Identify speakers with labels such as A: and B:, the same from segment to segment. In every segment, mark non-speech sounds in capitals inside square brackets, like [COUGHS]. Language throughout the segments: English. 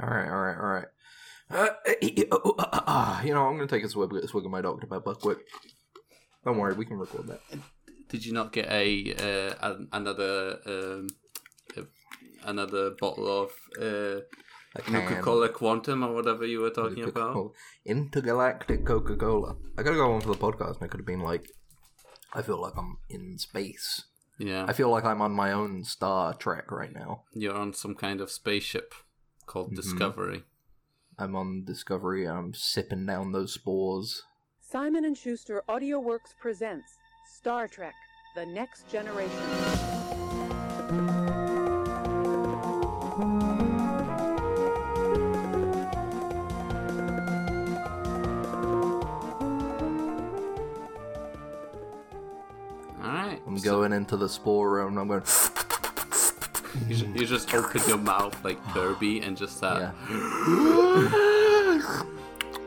A: All right, all right, all right. Uh, [COUGHS] you know, I'm gonna take a swig, a swig of my Dr Pepper quick. Don't worry, we can record that.
B: Did you not get a uh, an- another um, uh, another bottle of uh,
A: I can.
B: Coca Cola Quantum or whatever you were talking about?
A: Coca-Cola. Intergalactic Coca Cola. I gotta go on for the podcast, and I could have been like, I feel like I'm in space. I
B: Yeah,
A: feel like I'm on my own Star Trek right now.
B: you're on some kind of spaceship
A: Mm-hmm.
B: called Discovery.
A: I'm on Discovery. and I'm sipping down those spores.
C: Simon and Schuster AudioWorks presents Star Trek: The Next Generation.
B: All right,
A: I'm
B: so
A: going into the spore room. and I'm going. [GASPS]
B: You, ju- you just open your mouth like Kirby and just that.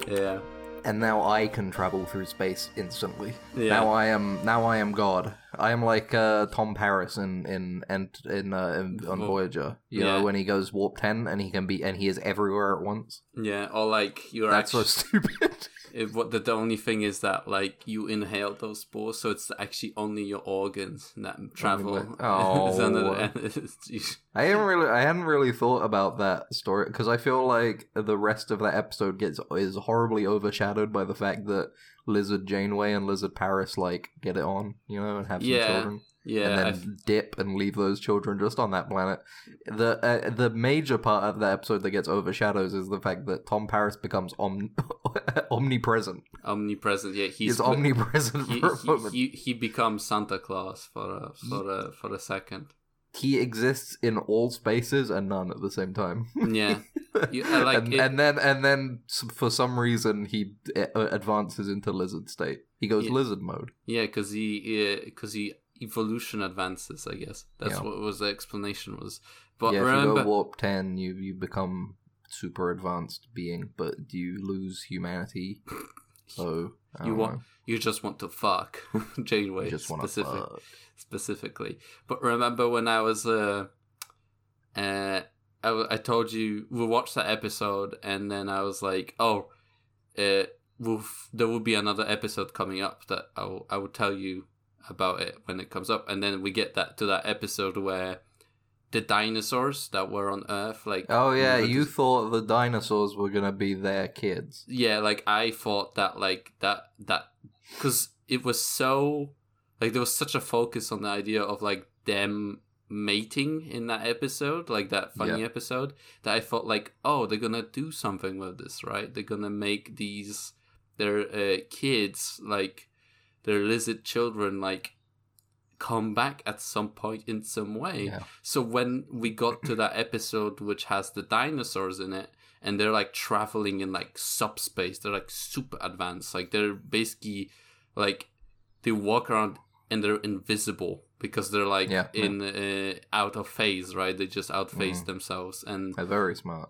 B: Yeah. yeah.
A: and now I can travel through space instantly.
B: Yeah.
A: Now I am now I am God. I am like uh, Tom Paris in in and in, uh, in on
B: Vo-
A: Voyager. You
B: Oh. yeah.
A: know when he goes warp ten and he can be and he is everywhere at once.
B: Or like you're
A: That's so [LAUGHS]
B: actually.
A: stupid.
B: If, what the, the only thing is that like you inhale those spores, so it's actually only your organs that travel.
A: way- Oh.
B: [LAUGHS] It's under- and it's- you-
A: I hadn't really I hadn't really thought about that story because I feel like the rest of that episode gets is horribly overshadowed by the fact that Lizard Janeway and Lizard Paris like get it on, you know, and have some
B: Yeah.
A: children.
B: yeah,
A: and
B: I
A: then
B: f-
A: dip and leave those children just on that planet. The uh, the major part of that episode that gets overshadowed is the fact that Tom Paris becomes om- [LAUGHS] omnipresent.
B: omnipresent. Yeah,
A: He's,
B: he's
A: omnipresent
B: He,
A: for a
B: he,
A: moment. He,
B: he, he becomes Santa Claus for a for a for
A: [LAUGHS]
B: a second.
A: exists in all spaces and none at the same time.
B: Yeah, You- I like
A: and,
B: it-
A: and then and then s- for some reason he uh, advances into lizard state. He goes
B: Yeah.
A: lizard mode.
B: Yeah, because he because he evolution advances. I guess that's
A: Yeah.
B: what was the explanation was. But
A: yeah, if you
B: remember,
A: go warp ten, you you become super advanced being, but you lose humanity.
B: [LAUGHS]
A: So I
B: you
A: don't
B: want
A: know.
B: you just want to fuck [LAUGHS] Janeway
A: You just want to
B: specific,
A: fuck.
B: specifically. But remember when I was uh, uh I, w- I told you we watched that episode and then I was like, oh, uh, we'll f- there will be another episode coming up that I will, I will tell you about it when it comes up, and then we get that to that episode where the dinosaurs that were on Earth, like
A: Oh yeah,
B: remember
A: you
B: this-
A: thought the dinosaurs were gonna be their kids.
B: yeah, like I thought that like that that because it was so like there was such a focus on the idea of like them mating in that episode, like that funny
A: Yeah.
B: episode, that I felt like oh they're gonna do something with this, right? They're gonna make these their uh, kids like their lizard children like come back at some point in some way.
A: Yeah.
B: So when we got to that episode which has the dinosaurs in it and they're like traveling in like subspace, they're like super advanced. Like they're basically like they walk around and they're invisible because they're like
A: Yeah, Mm. yeah.
B: in Uh, out of phase, right? They just outphase themselves and
A: They're very smart.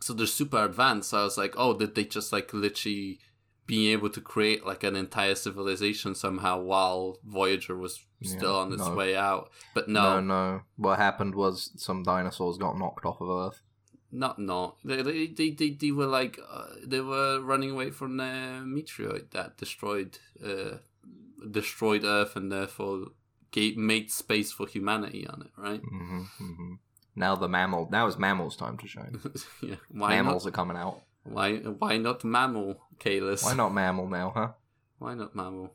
B: so they're super advanced. So I was like, oh, did they just like literally being able to create like an entire civilization somehow while Voyager was
A: Yeah,
B: still on its
A: no.
B: way out? But
A: No. no,
B: no,
A: What happened was some dinosaurs got knocked off of Earth.
B: not no. They they they, they, they were like uh, they were running away from the meteorite that destroyed uh, destroyed Earth and therefore gave, made space for humanity on it, right? [LAUGHS]
A: hmm hmm Now the mammal. Now it's mammals' time to shine.
B: yeah. Why
A: Mammals
B: not?
A: are coming out.
B: Why why not mammal, Kalis?
A: Why not mammal now, huh?
B: Why not mammal?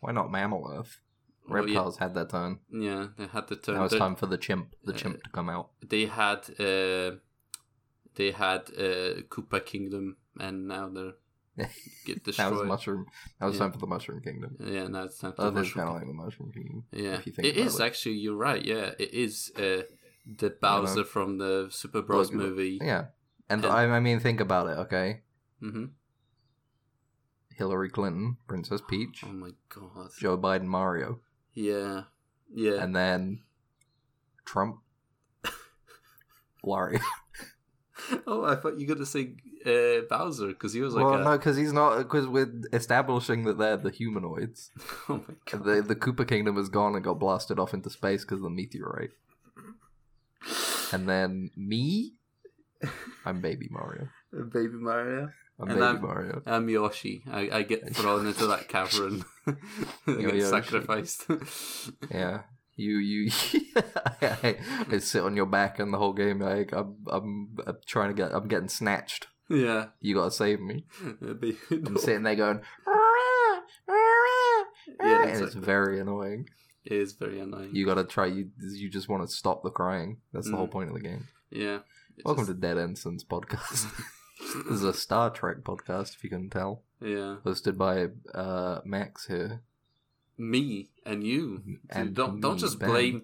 A: Why not mammal Earth?
B: Well, yeah.
A: Reptiles had their turn.
B: Yeah, they had to turn.
A: Now it's
B: their-
A: time for the chimp. The
B: Uh,
A: chimp to come out.
B: they had uh, they had uh, Koopa Kingdom, and now
A: [LAUGHS]
B: they're
A: Now
B: get
A: it's
B: destroyed.
A: mushroom. Now it's
B: Yeah.
A: time for the mushroom kingdom.
B: yeah, now it's time
A: Oh,
B: to
A: that's
B: mushroom.
A: kind of like the mushroom kingdom.
B: yeah,
A: if you think
B: it
A: about
B: is
A: it.
B: actually. You're right. Yeah, it is uh, the Bowser from the Super Bros
A: Look,
B: movie.
A: Yeah, and
B: And-
A: I, I mean, think about it. Okay,
B: Mm-hmm.
A: Hillary Clinton, Princess Peach,
B: Oh my god.
A: Joe Biden, Mario,
B: Yeah, yeah.
A: and then Trump, Wario.
B: [LAUGHS] oh, I thought you were gonna say uh, Bowser because he was like,
A: well,
B: a-
A: no, because he's not. Because we're establishing that they're the
B: [LAUGHS]
A: humanoids.
B: [LAUGHS] oh my god.
A: The the Koopa Kingdom is gone and got blasted off into
B: [LAUGHS]
A: space because of the meteorite. And then me, I'm Baby Mario.
B: Baby Mario.
A: I'm
B: And
A: Baby
B: I'm-
A: Mario.
B: I'm Yoshi. I,
A: [LAUGHS]
B: I get thrown into that cavern. [LAUGHS] I
A: You're
B: get
A: Yoshi.
B: sacrificed. [LAUGHS]
A: Yeah. You you [LAUGHS] I, I sit on your back in the whole game like I'm I'm uh, trying to get I'm getting snatched.
B: yeah. Uh,
A: You gotta save me.
B: It'd [LAUGHS] be-
A: I'm sitting there going [LAUGHS] "Rah, rah,
B: yeah,
A: rah,"
B: it's,
A: and it's very annoying.
B: it is very annoying.
A: You gotta try you you just wanna stop the crying. That's the whole
B: Mm.
A: point of the game.
B: yeah. It
A: Welcome
B: just-
A: to Dead Ensigns podcast. [LAUGHS]
B: [LAUGHS]
A: this is a Star Trek podcast, if you can tell.
B: yeah.
A: Hosted by uh Max here.
B: Me and you.
A: And
B: don't don't
A: me,
B: just
A: Ben.
B: blame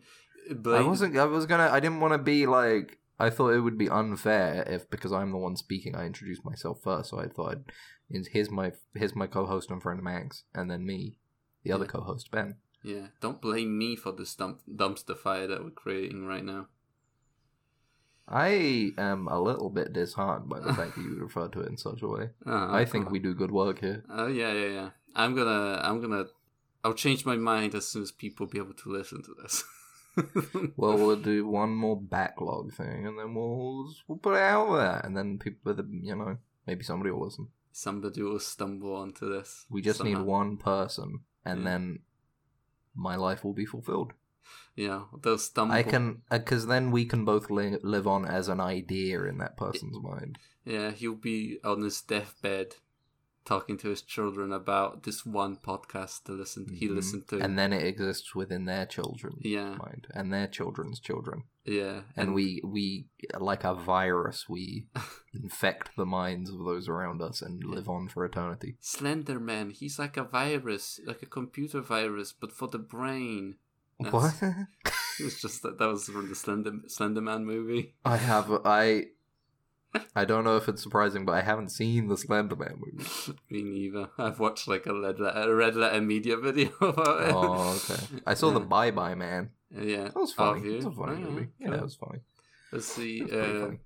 B: blame
A: I wasn't. I was gonna. I didn't want to be like. I thought it would be unfair if because I'm the one speaking, I introduced myself first. So I thought, I'd, is- here's my here's my co-host and friend Max, and then me, the other
B: Yeah.
A: co-host Ben.
B: Yeah, don't blame me for this dump- dumpster fire that we're creating right now.
A: I am a little bit disheartened by the fact that you [LAUGHS] referred to it in such a way.
B: Ah,
A: I
B: come
A: think
B: on.
A: we do good work here.
B: Oh yeah, yeah, yeah. I'm gonna, I'm gonna, I'll change my mind as soon as people be able to listen to this. [LAUGHS]
A: Well, we'll do one more backlog thing, and then we'll we'll put it out there, and then people, with the- you know, maybe somebody will listen.
B: somebody will stumble onto this.
A: We just
B: somehow. Hmm.
A: need one person, and
B: Yeah.
A: then my life will be fulfilled.
B: Yeah, they'll stumble.
A: I can, because then we can both li- live on as an idea in that person's mind.
B: Yeah, he'll be on his deathbed, talking to his children about this one podcast to listen. He
A: Mhm.
B: listened to.
A: and then it exists within their children's
B: yeah,
A: mind and their children's children.
B: yeah,
A: And we, we like a virus,
B: [LAUGHS]
A: we infect the minds of those around us and live on for eternity.
B: Slender Man, he's like a virus, like a computer virus, but for the brain. That's-
A: What?
B: [LAUGHS]
A: [LAUGHS]
B: It's just that that was from the Slender Slender Man movie.
A: I have, I, I don't know if it's surprising, but I haven't seen the Slender Man
B: [LAUGHS]
A: movie.
B: Me neither. I've watched like a red letter, a red letter media [LAUGHS] video about it.
A: Oh, okay. I saw the Bye Bye Man.
B: [LAUGHS] Yeah,
A: That was
B: Oh,
A: funny.
B: you?
A: It was a funny
B: Oh,
A: movie. Yeah,
B: cool.
A: it was funny.
B: Let's see.
A: It was pretty
B: Uh,
A: funny.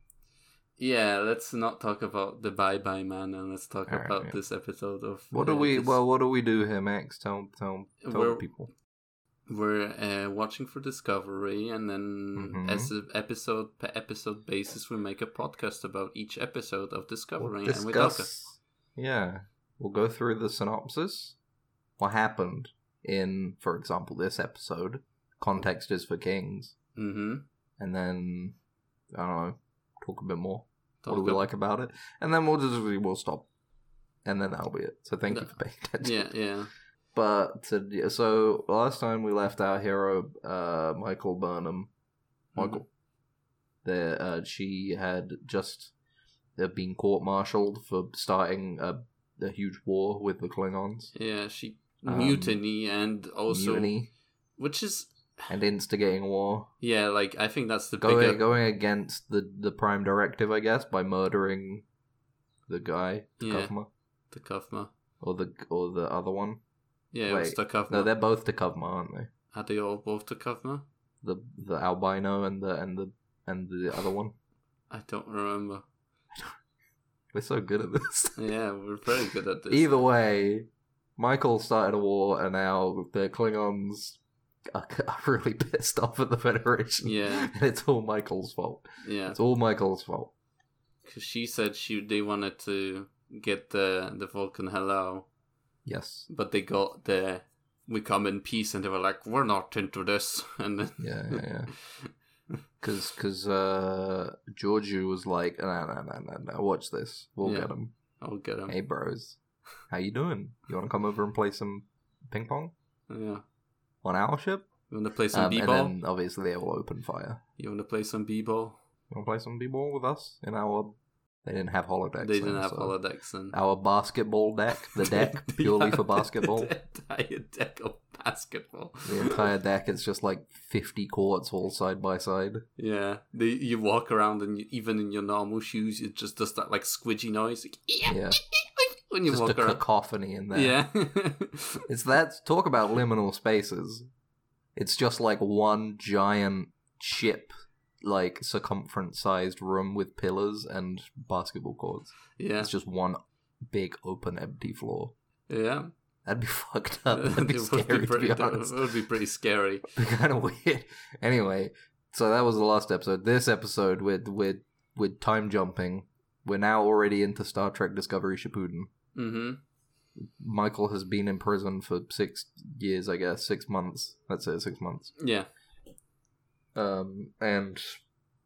B: yeah, let's not talk about the Bye Bye Man, and let's talk
A: Alright,
B: about
A: yeah.
B: this episode of.
A: What do
B: uh,
A: we?
B: this-
A: Well, what do we do here, Max? Tell tell tell the
B: We're-
A: people.
B: we're uh, watching for Discovery, and then
A: Mhm.
B: as an episode per episode basis, we make a podcast about each episode of Discovery,
A: We'll
B: and we talk.
A: discuss. Yeah, we'll go through the synopsis. What happened in, for example, this episode? Context is for kings,
B: Mm-hmm.
A: and then I don't know. Talk a bit more. what do we like about it? And then we'll just we'll stop, and then that'll be it. So thank you for paying attention.
B: Yeah, yeah.
A: But to, yeah, so last time we left our hero, uh, Michael Burnham. Michael. There, uh, she had just uh, been court-martialed for starting a, a huge war with the Klingons,
B: Yeah, she
A: Um,
B: mutiny and also
A: mutiny,
B: which is
A: and instigating war,
B: yeah, like I think that's the
A: going
B: bigger
A: going against the the Prime Directive, I guess, by murdering the guy, the
B: Yeah.
A: Kuvma,
B: the Kufma.
A: or the or the other one.
B: Yeah, it was
A: Wait,
B: the Kufma.
A: No, they're both the Kuvma, aren't they?
B: Are they all both the Kufma?
A: The the albino and the and the and the other one.
B: I don't remember.
A: We're so good at this.
B: Yeah, we're very good at this.
A: Either way, Michael started a war, and now the Klingons are, [LAUGHS] are really pissed off at the Federation.
B: Yeah.
A: and [LAUGHS] it's all Michael's fault.
B: Yeah,
A: It's all Michael's fault.
B: because she said she they wanted to get the the Vulcan hello,
A: Yes.
B: but they got the we come in peace, and they were like, we're not into this, [LAUGHS] and then
A: Yeah, yeah,
B: [LAUGHS]
A: yeah. Because cause, uh, Georgiou was like, no, no, no, no, no, watch this. We'll
B: Yeah.
A: get him.
B: I'll get him.
A: Hey, bros. How you doing? You want to come over and play some ping pong
B: Yeah,
A: on our ship?
B: you want to play some
A: Um, and
B: b-ball?
A: then, obviously, they will open fire.
B: You want to play some b-ball?
A: You want to play some b-ball with us in our? They didn't have holodecks.
B: They didn't
A: then,
B: have
A: so-
B: holodecks and
A: Our basketball deck, Uh,
B: [LAUGHS]
A: the deck
B: They- they
A: purely
B: have
A: for basketball.
B: The [LAUGHS] entire deck of basketball. [LAUGHS]
A: The entire deck is just like fifty courts all side by side.
B: Yeah, they, you walk around and you, even in your normal shoes, it just does that like squidgy noise like, [LAUGHS]
A: Yeah.
B: when you
A: just a
B: walk around.
A: cacophony in there.
B: Yeah, [LAUGHS]
A: It's that talk about liminal spaces. It's just like one giant ship, like circumference sized room with pillars and basketball courts.
B: yeah,
A: It's just one big open empty floor.
B: yeah.
A: That'd be [LAUGHS] fucked
B: [LAUGHS]
A: up. That'd be scary to
B: pretty,
A: be honest.
B: It would be pretty scary.
A: [LAUGHS] be kind of weird. Anyway, so that was the last episode. This episode, we're we're with time jumping, we're now already into Star Trek Discovery Shippuden.
B: Mm-hmm.
A: Michael has been in prison for six years, I guess, six months. That's it, six months.
B: Yeah.
A: Um, and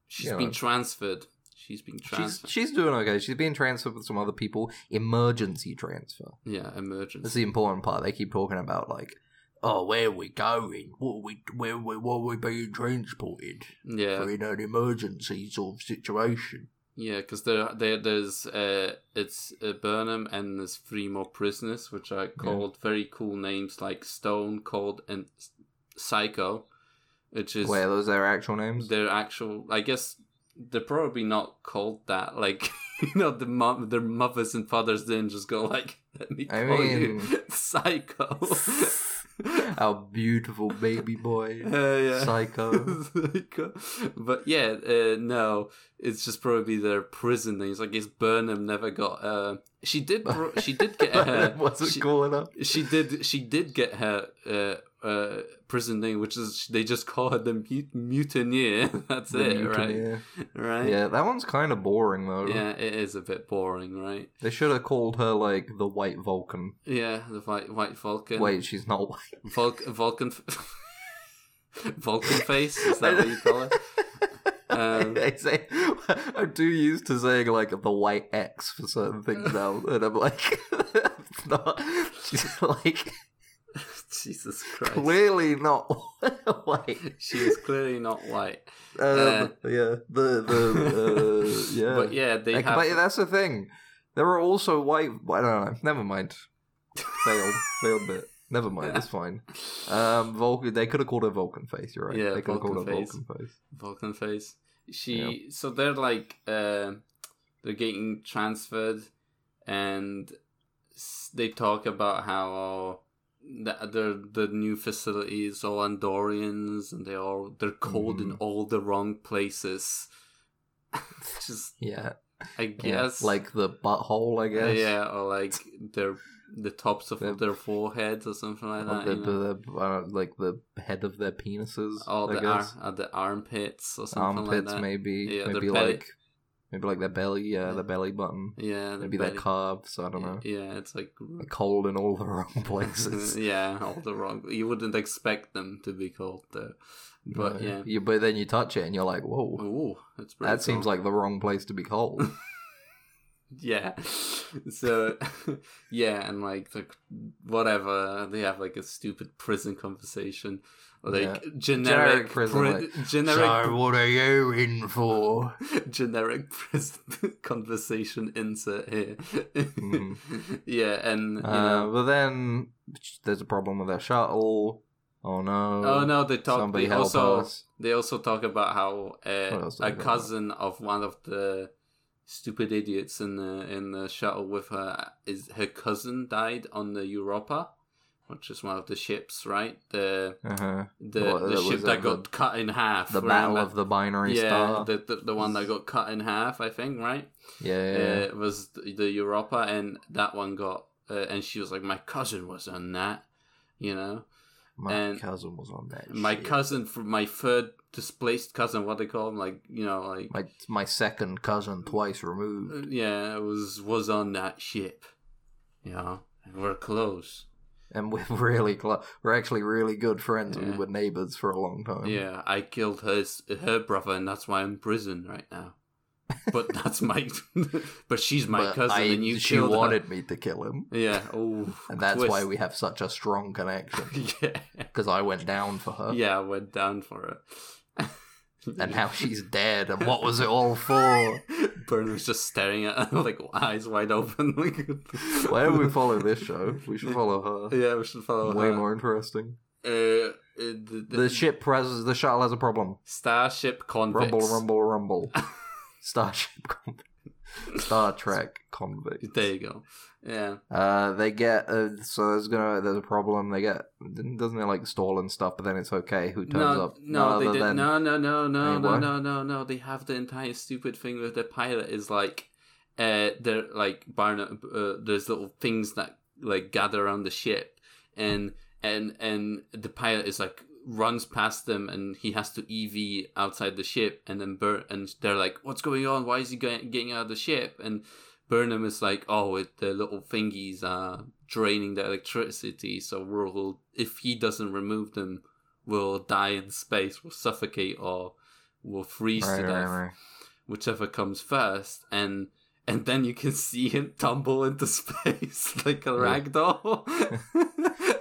B: she's
A: Yeah.
B: been transferred. She's been
A: she's
B: transferred.
A: she's doing okay. She's being transferred with some other people. Emergency transfer.
B: yeah, emergency.
A: That's the important part. They keep talking about like, oh, where are we going? What are we where we what are we being transported?
B: Yeah,
A: We're in an emergency sort of situation.
B: yeah, because there, there, there's uh, it's uh, Burnham and there's three more prisoners, which are called very cool names like Stone, Cold, and S- Psycho, which is
A: Wait, are those their actual names?
B: their actual. I guess they're probably not called that. Like [LAUGHS] you know, the mom, their mothers and fathers didn't just go like, let me call
A: I
B: you [LAUGHS]
A: [LAUGHS]
B: Psycho. [LAUGHS]
A: Our beautiful baby
B: Uh,
A: boy,
B: yeah. [LAUGHS]
A: psycho.
B: Psycho. uh, but yeah, uh, no, it's just probably their prison names. I guess Burnham never got. Uh, she
A: [LAUGHS]
B: did. Pro- she did get her.
A: What's it Uh,
B: she,
A: cool enough?
B: she did. She did get her uh, uh, prison name, which is they just call her the mut- mutineer. [LAUGHS] That's
A: The
B: it,
A: mutineer.
B: right? Right.
A: Yeah, that one's kind of boring though.
B: Yeah, it is a bit boring, right?
A: They should have called her like the White Vulcan.
B: Yeah, the white white Vulcan.
A: Wait, she's not white.
B: Vul- Vulcan. f- [LAUGHS] Vulcan face. Is
A: [LAUGHS]
B: that what you call it? Um,
A: I say, [LAUGHS] I'm too used to saying like the white X for certain things
B: [LAUGHS]
A: now, and I'm like, [LAUGHS] it's not. She's like
B: [LAUGHS] Jesus Christ.
A: clearly not [LAUGHS] white.
B: she is clearly not white.
A: Um, yeah, the
B: [LAUGHS]
A: the uh, yeah.
B: But yeah, they
A: Like,
B: have.
A: but that's the thing. There are also white. I don't know. Never mind.
B: [LAUGHS]
A: Failed. Failed bit. Never mind. It's fine.
B: Uh,
A: Um, Vulcan. They could have called her Vulcan face. You're right.
B: Yeah,
A: they could have called her
B: Vulcan face.
A: Vulcan face.
B: Vulcan face. She. So they're like, uh, they're getting transferred, and s- they talk about how the the, the new facility is all Andorians, and they all they're called in
A: Mhm.
B: all the wrong places. [LAUGHS] Just,
A: Yeah.
B: I
A: Yeah,
B: guess,
A: like the butthole, I guess.
B: yeah, or like their the tops of
A: Their-
B: their foreheads or something like
A: Or
B: that.
A: the,
B: you know?
A: the, uh, like the head of their penises.
B: Oh,
A: I
B: the, ar-
A: guess.
B: uh, the armpits or something
A: armpits,
B: like that.
A: maybe.
B: Yeah, their
A: maybe
B: belly.
A: like maybe like their belly. Yeah,
B: Yeah.
A: their belly button.
B: Yeah, the
A: maybe
B: belly.
A: their calves. I don't know.
B: Yeah,
A: [LAUGHS]
B: it's like
A: They're cold in all the [LAUGHS]
B: [LAUGHS]
A: wrong places.
B: yeah, all the wrong. You wouldn't expect them to be called though, but
A: No.
B: yeah.
A: Uh, You, but then you touch it and you're like, whoa,
B: Ooh, that's pretty
A: that seems
B: cool.
A: like the wrong place to be cold.
B: [LAUGHS] yeah. So [LAUGHS] yeah, and like the whatever they have like a stupid prison conversation, like
A: Yeah.
B: generic,
A: Generic prison,
B: pri-
A: like,
B: generic
A: what are you in for?
B: [LAUGHS] generic prison [LAUGHS] conversation insert here.
A: Mhm.
B: [LAUGHS] yeah, and [LAUGHS] you
A: Uh,
B: know,
A: but then there's a problem with their shuttle. Oh no!
B: oh no, they talk.
A: Somebody
B: They
A: help
B: also
A: us.
B: they also talk about how
A: What
B: uh,
A: else did
B: a
A: they talk
B: cousin of one of the stupid idiots in the in the shuttle with her is her cousin died on the Europa, which is one of the ships, right? The
A: Uh-huh.
B: the,
A: What,
B: the
A: that
B: ship
A: was,
B: that
A: uh,
B: got cut in half.
A: The battle
B: remember?
A: of the binary
B: yeah,
A: star.
B: the, the the one that got cut in half, I think, right?
A: yeah, yeah, yeah.
B: uh, was the the Europa, and that one got, uh, and she was like, my cousin was on that, you know.
A: My
B: and-
A: cousin was on that.
B: My
A: shit.
B: cousin, from my third displaced cousin, what they call him, like you know, like
A: my my second cousin, twice
B: uh,
A: removed,
B: yeah, was was on that ship, you know. And we're close.
A: and we're really close. We're actually really good friends. We
B: Yeah.
A: were neighbors for a long time.
B: yeah, I killed her s- her brother, and that's why I'm in prison right now. But
A: [LAUGHS]
B: that's my, [LAUGHS] but she's my
A: But
B: cousin,
A: I-
B: and you
A: she
B: killed her.
A: wanted me to kill him,
B: Yeah, oh,
A: and that's why
B: twist.
A: we have such a strong connection.
B: [LAUGHS] yeah,
A: Because I went down for her,
B: yeah, I went down for it.
A: Uh. [LAUGHS] and now she's dead. And what was it all for?
B: [LAUGHS] Burn was just staring at her, [LAUGHS] like eyes wide open. [LAUGHS] Like,
A: Why don't we follow this show? We should follow her.
B: Yeah, we should follow
A: Way
B: her.
A: more interesting.
B: Uh, uh, the, the,
A: The ship has the shuttle has a problem.
B: starship convicts.
A: Rumble, rumble,
B: [LAUGHS]
A: rumble. Starship Convict. Star Trek Convict.
B: There you go. Yeah,
A: Uh, they get uh, so there's gonna there's a problem. They get doesn't it like stall and stuff, but then it's okay. Who turns
B: no,
A: up?
B: no,
A: None
B: they
A: other
B: did.
A: than-
B: No, no, no, no,
A: Hey,
B: no,
A: what?
B: no, no, no. They have the entire stupid thing with the pilot is like, uh, they're like Barnum. Uh, there's little things that like gather around the ship, and and and the pilot is like runs past them and he has to EV outside the ship and then Burn and they're like, "What's going on? Why is he going- getting out of the ship?" And Burnham is like, "Oh, it, the little thingies are draining the electricity, so we'll if he doesn't remove them, we'll die in space, we'll suffocate, or we'll freeze
A: Right,
B: to
A: right,
B: death,
A: right.
B: whichever comes first. And and then you can [LAUGHS] see him tumble into space [LAUGHS] like a
A: Yeah.
B: ragdoll,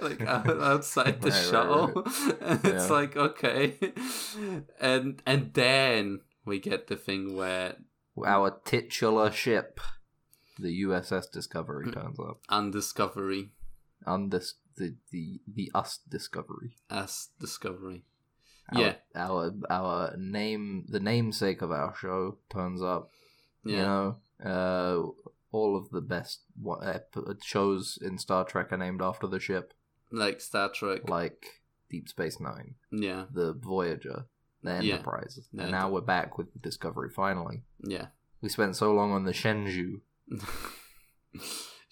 B: [LAUGHS]
A: [LAUGHS]
B: like out- outside the
A: Right, right,
B: shuttle. [LAUGHS] And it's
A: Yeah.
B: like okay, and and then we get the thing where
A: Our titular ship, the USS
B: Hmm.
A: Discovery, turns up.
B: undiscovery
A: On this, the, the, the us Discovery.
B: as discovery.
A: Our,
B: Yeah.
A: Our, our name, the namesake of our show turns up.
B: Yeah.
A: You know, uh, all of the best wa- ep- shows in Star Trek are named after the ship,
B: like Star Trek.
A: like Deep Space Nine,
B: yeah,
A: the Voyager, the
B: Yeah.
A: Enterprise.
B: The
A: and now we're back with Discovery finally.
B: yeah. [LAUGHS]
A: We spent so long on the Shenzhou,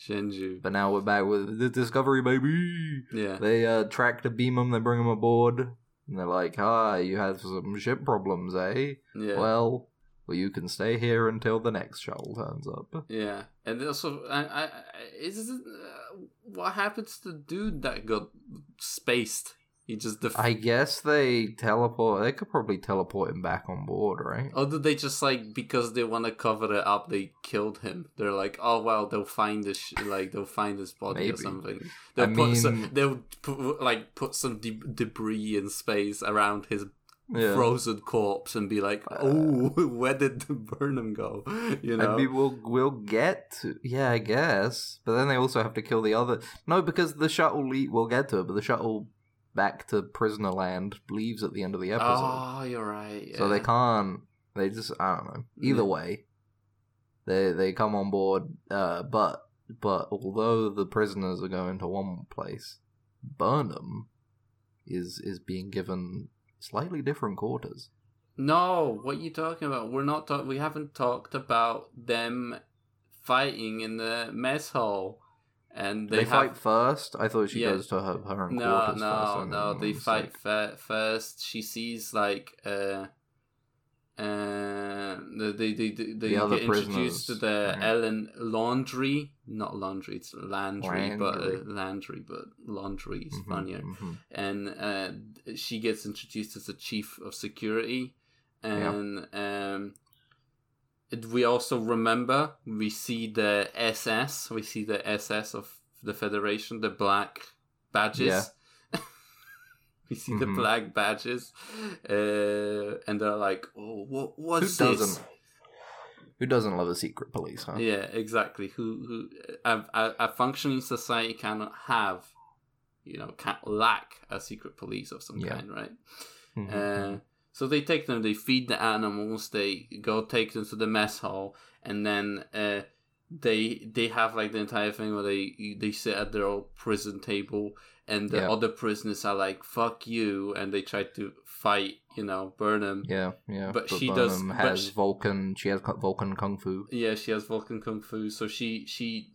B: Shenju.
A: but now we're back with the Discovery, baby.
B: Yeah,
A: They uh, track the Beamum, they bring him aboard, and they're like, "Hi, you have some ship problems, eh?
B: yeah,
A: Well, well, you can stay here until the next shuttle turns up."
B: yeah. And also, I, I, I- is it, uh, what happens to the dude that got spaced? He just def-
A: I guess they teleport. They could probably teleport him back on board, right?
B: Or did they just like because they want to cover it up? They killed him. They're like, oh well, they'll find this, sh- like they'll find his body or
A: Maybe.
B: something.
A: I
B: They'll put some,
A: mean-
B: they'll put, like put some de- debris in space around his
A: yeah. Uh,
B: frozen corpse and be like, oh, [LAUGHS] where did Burnham go? [LAUGHS] You know,
A: I mean, we'll we'll get to yeah, I guess. But then they also have to kill the other. No, because the shuttle le- we'll get to it, but the shuttle back to prisoner land leaves at the end of the episode,
B: Oh, you're right.
A: so they
B: yeah. Mm-hmm.
A: can't. They just I don't know. Either way, they they come on board. Uh, but but although the prisoners are going to one place, Burnham is is being given slightly different quarters.
B: No, what are you talking about? We're not. Talk- we haven't talked about them fighting in the mess hall, and
A: They,
B: they,
A: fight
B: have-
A: first. I thought she
B: Yeah.
A: goes to her her own
B: No,
A: quarters first.
B: no,
A: and
B: no.
A: then
B: They
A: it's
B: fight
A: like-
B: fir- first. She sees like uh, uh, they they they they, they
A: other
B: get introduced to
A: prisoners,
B: the
A: right.
B: Ellen Laundry, not laundry. It's Landry, but uh,
A: Landry.
B: Landry, but Laundry is
A: Mhm,
B: funnier.
A: mhm.
B: And uh, she gets introduced as the chief of security, and um. it- We also remember we see the SS, we see the SS of the Federation, the black badges.
A: Yeah.
B: [LAUGHS] We see
A: Mhm.
B: the black badges, uh, and they're like, "Oh, what? What's
A: who
B: this?"
A: doesn't? Who doesn't love a secret police? Huh?
B: Yeah, exactly. Who? Who? A, a, a functioning society cannot have, you know, can't lack a secret police of some
A: Yeah.
B: kind, right?
A: Mhm.
B: Uh, so they take them, they feed the animals, they go take them to the mess hall, and then uh, they they have like the entire thing where they they sit at their old prison table, and the
A: Yeah.
B: other prisoners are like "fuck you," and they try to fight, you know, Burnham. Yeah.
A: yeah, yeah.
B: but she does-
A: Burnham
B: but
A: Has
B: she-
A: Vulcan? She has cu- Vulcan kung fu.
B: she has Vulcan kung fu, so she she